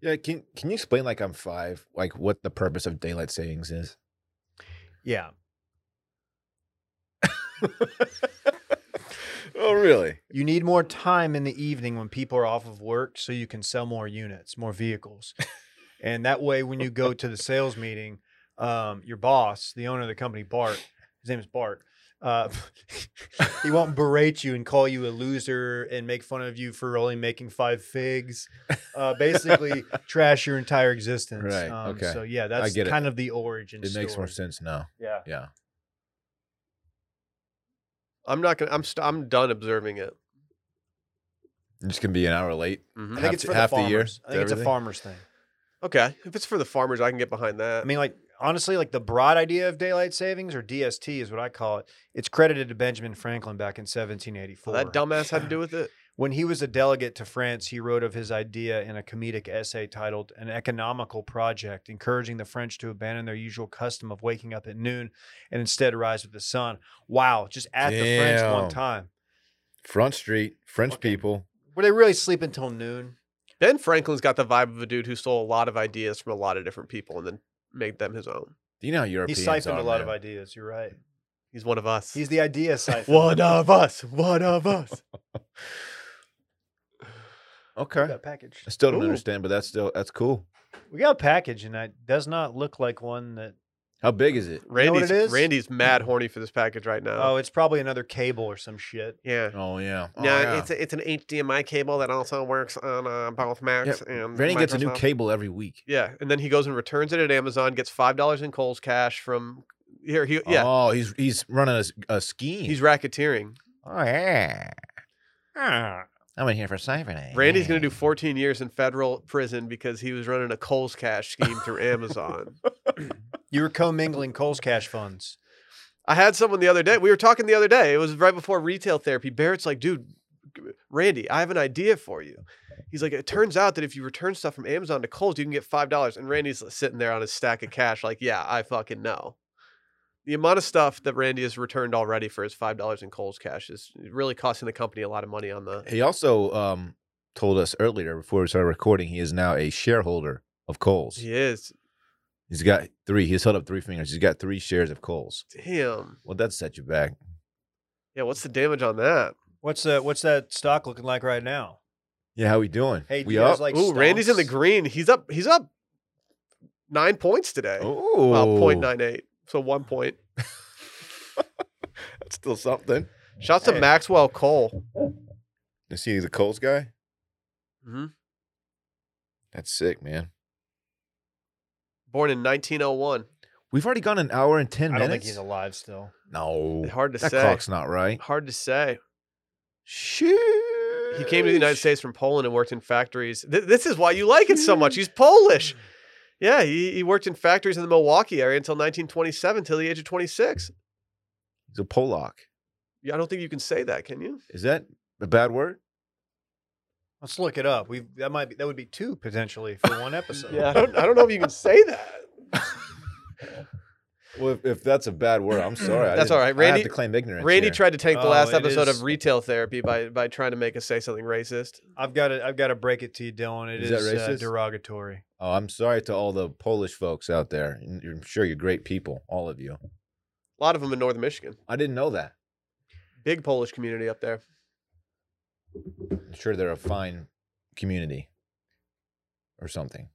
C: Yeah, can can you explain like I'm five, like what the purpose of daylight savings is?
B: Yeah.
C: Oh, really?
B: You need more time in the evening when people are off of work so you can sell more units, more vehicles. and that way, when you go to the sales meeting, um, your boss, the owner of the company, Bart, his name is Bart, uh, he won't berate you and call you a loser and make fun of you for only making five figs. Uh, basically, trash your entire existence. Um,
C: Right, okay.
B: So, yeah, that's
C: get it.
B: kind of the origin.
C: It makes more
B: story.
C: sense now.
B: Yeah.
C: Yeah.
A: I'm not gonna. I'm st- I'm done observing it.
C: I'm just gonna be an hour late.
A: Mhm.
B: I
C: Half
B: think it's
C: the-
B: for
C: half
B: the
C: the year
B: farmers.
C: to
B: I think it's a
C: everything?
B: farmer's thing.
A: Okay, if it's for the farmers, I can get behind that.
B: I mean, like honestly, like the broad idea of daylight savings or DST is what I call it. It's credited to Benjamin Franklin back in 1784.
A: that dumbass had to do with it.
B: When he was a delegate to France, he wrote of his idea in a comedic essay titled "An Economical Project," encouraging the French to abandon their usual custom of waking up at noon and instead rise with the sun. Wow, just at the French one
C: Damn.
B: time.
C: Front Street, French
B: Okay.
C: people.
B: Were they really sleeping till noon?
A: Ben Franklin's got the vibe of a dude who stole a lot of ideas from a lot of different people and then made them his own.
C: Do you know how Europeans
B: he siphoned
C: are,
B: a lot of
C: man?
B: ideas. You're right.
A: He's one of us.
B: He's the idea siphon.
A: one of us. One of us.
C: Okay.
B: Got packaged.
C: I still don't
A: Ooh.
C: understand, but that's still that's cool.
B: We got a package, and it does not look like one that.
C: How big is it?
B: know what
A: Randy's
B: it is?
A: Randy's mad horny for this package right now.
B: Oh, it's probably another cable or some shit.
A: yeah.
C: Oh yeah. Oh,
A: yeah,
C: yeah.
A: it's a, it's an HDMI cable that also works on uh, both Macs and
C: Randy gets a new
A: Microsoft.
C: cable every week.
A: Yeah, and then he goes and returns it at Amazon, gets five dollars in Coles cash from here. He yeah,
C: Oh, he's he's running a, s- a scheme.
A: he's racketeering.
C: oh yeah.
B: Ah.
C: I'm in here for siphoning.
A: Randy's gonna do 14 years in federal prison because he was running a Coles cash scheme through Amazon.
B: You were commingling Cole's cash funds.
A: I had someone the other day. We were talking the other day. It was right before retail therapy. Barrett's like, dude, g- Randy, I have an idea for you. He's like, it turns out that if you return stuff from Amazon to Kohl's, you can get five dollars. And Randy's sitting there on his stack of cash, like, yeah, I fucking know. The amount of stuff that Randy has returned already for his five dollars in Kohl's cash is really costing the company a lot of money on the.
C: He also um, told us earlier before we started recording, he is now a shareholder of Coles.
A: He is
C: He's got three. He's held up three fingers. He's got three shares of Coles.
A: damn.
C: Well, that set you back.
A: Yeah, what's the damage on that?
B: uh, What's that? What's that stock looking like right now?
C: Yeah, how we doing?
B: Hey, do
C: we
B: you guys
C: up?
B: like
A: Ooh, Randy's in the
B: stonks?
A: green. He's up. He's up nine points today.
C: Ooh,
A: Well, 0.98. So one point.
C: That's still something.
A: Shouts to
B: Hey.
A: Maxwell Cole.
C: Is he the Colts guy?
B: Mm-hmm.
A: Mhm.
C: That's sick, man.
A: Born in 1901.
C: We've already gone an hour and ten
B: I
C: minutes.
B: don't think he's alive still.
C: No,
A: Hard to
C: that
A: say.
C: clock's not right.
A: Hard to say.
C: Shoot.
A: He came to the United States from Poland and worked in factories. Th- this is why you like it so much. He's Polish. Yeah, he, he worked in factories in the Milwaukee area until 1927, till the age of 26.
C: He's a Polak.
A: Yeah, I don't think you can say that, can you?
C: Is that a bad word?
B: Let's look it up. We that might be that would be two potentially for one episode.
A: I don't, I don't know if you can say that.
C: Well, if, if that's a bad word, I'm sorry. I
A: That's
C: didn't-
A: all right.
C: I
A: Randy-
C: have to claim ignorance.
A: Randy
C: here.
A: tried to tank the
B: Oh,
A: last
B: it
A: episode
B: is-
A: of Retail Therapy by by trying to make us say something racist.
B: I've got to I've got to break it to you, Dylan. It
C: Is
B: is,
C: that
B: uh,
C: racist?
B: derogatory.
C: Oh, I'm sorry to all the Polish folks out there. and I'm sure you're great people, all of you.
A: A lot of them in northern Michigan.
C: I didn't know that.
A: Big Polish community up there.
C: I'm sure they're a fine community or something.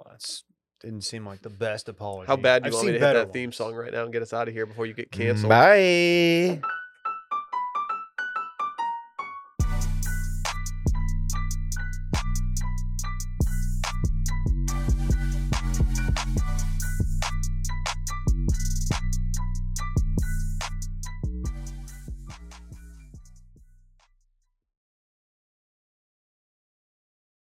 B: Well, that's didn't seem like the best apology.
A: How bad do you
B: I've
A: want
B: seen
A: me to hit
B: better
A: that theme
B: ones.
A: song right now and get us out of here before you get canceled?
C: Bye.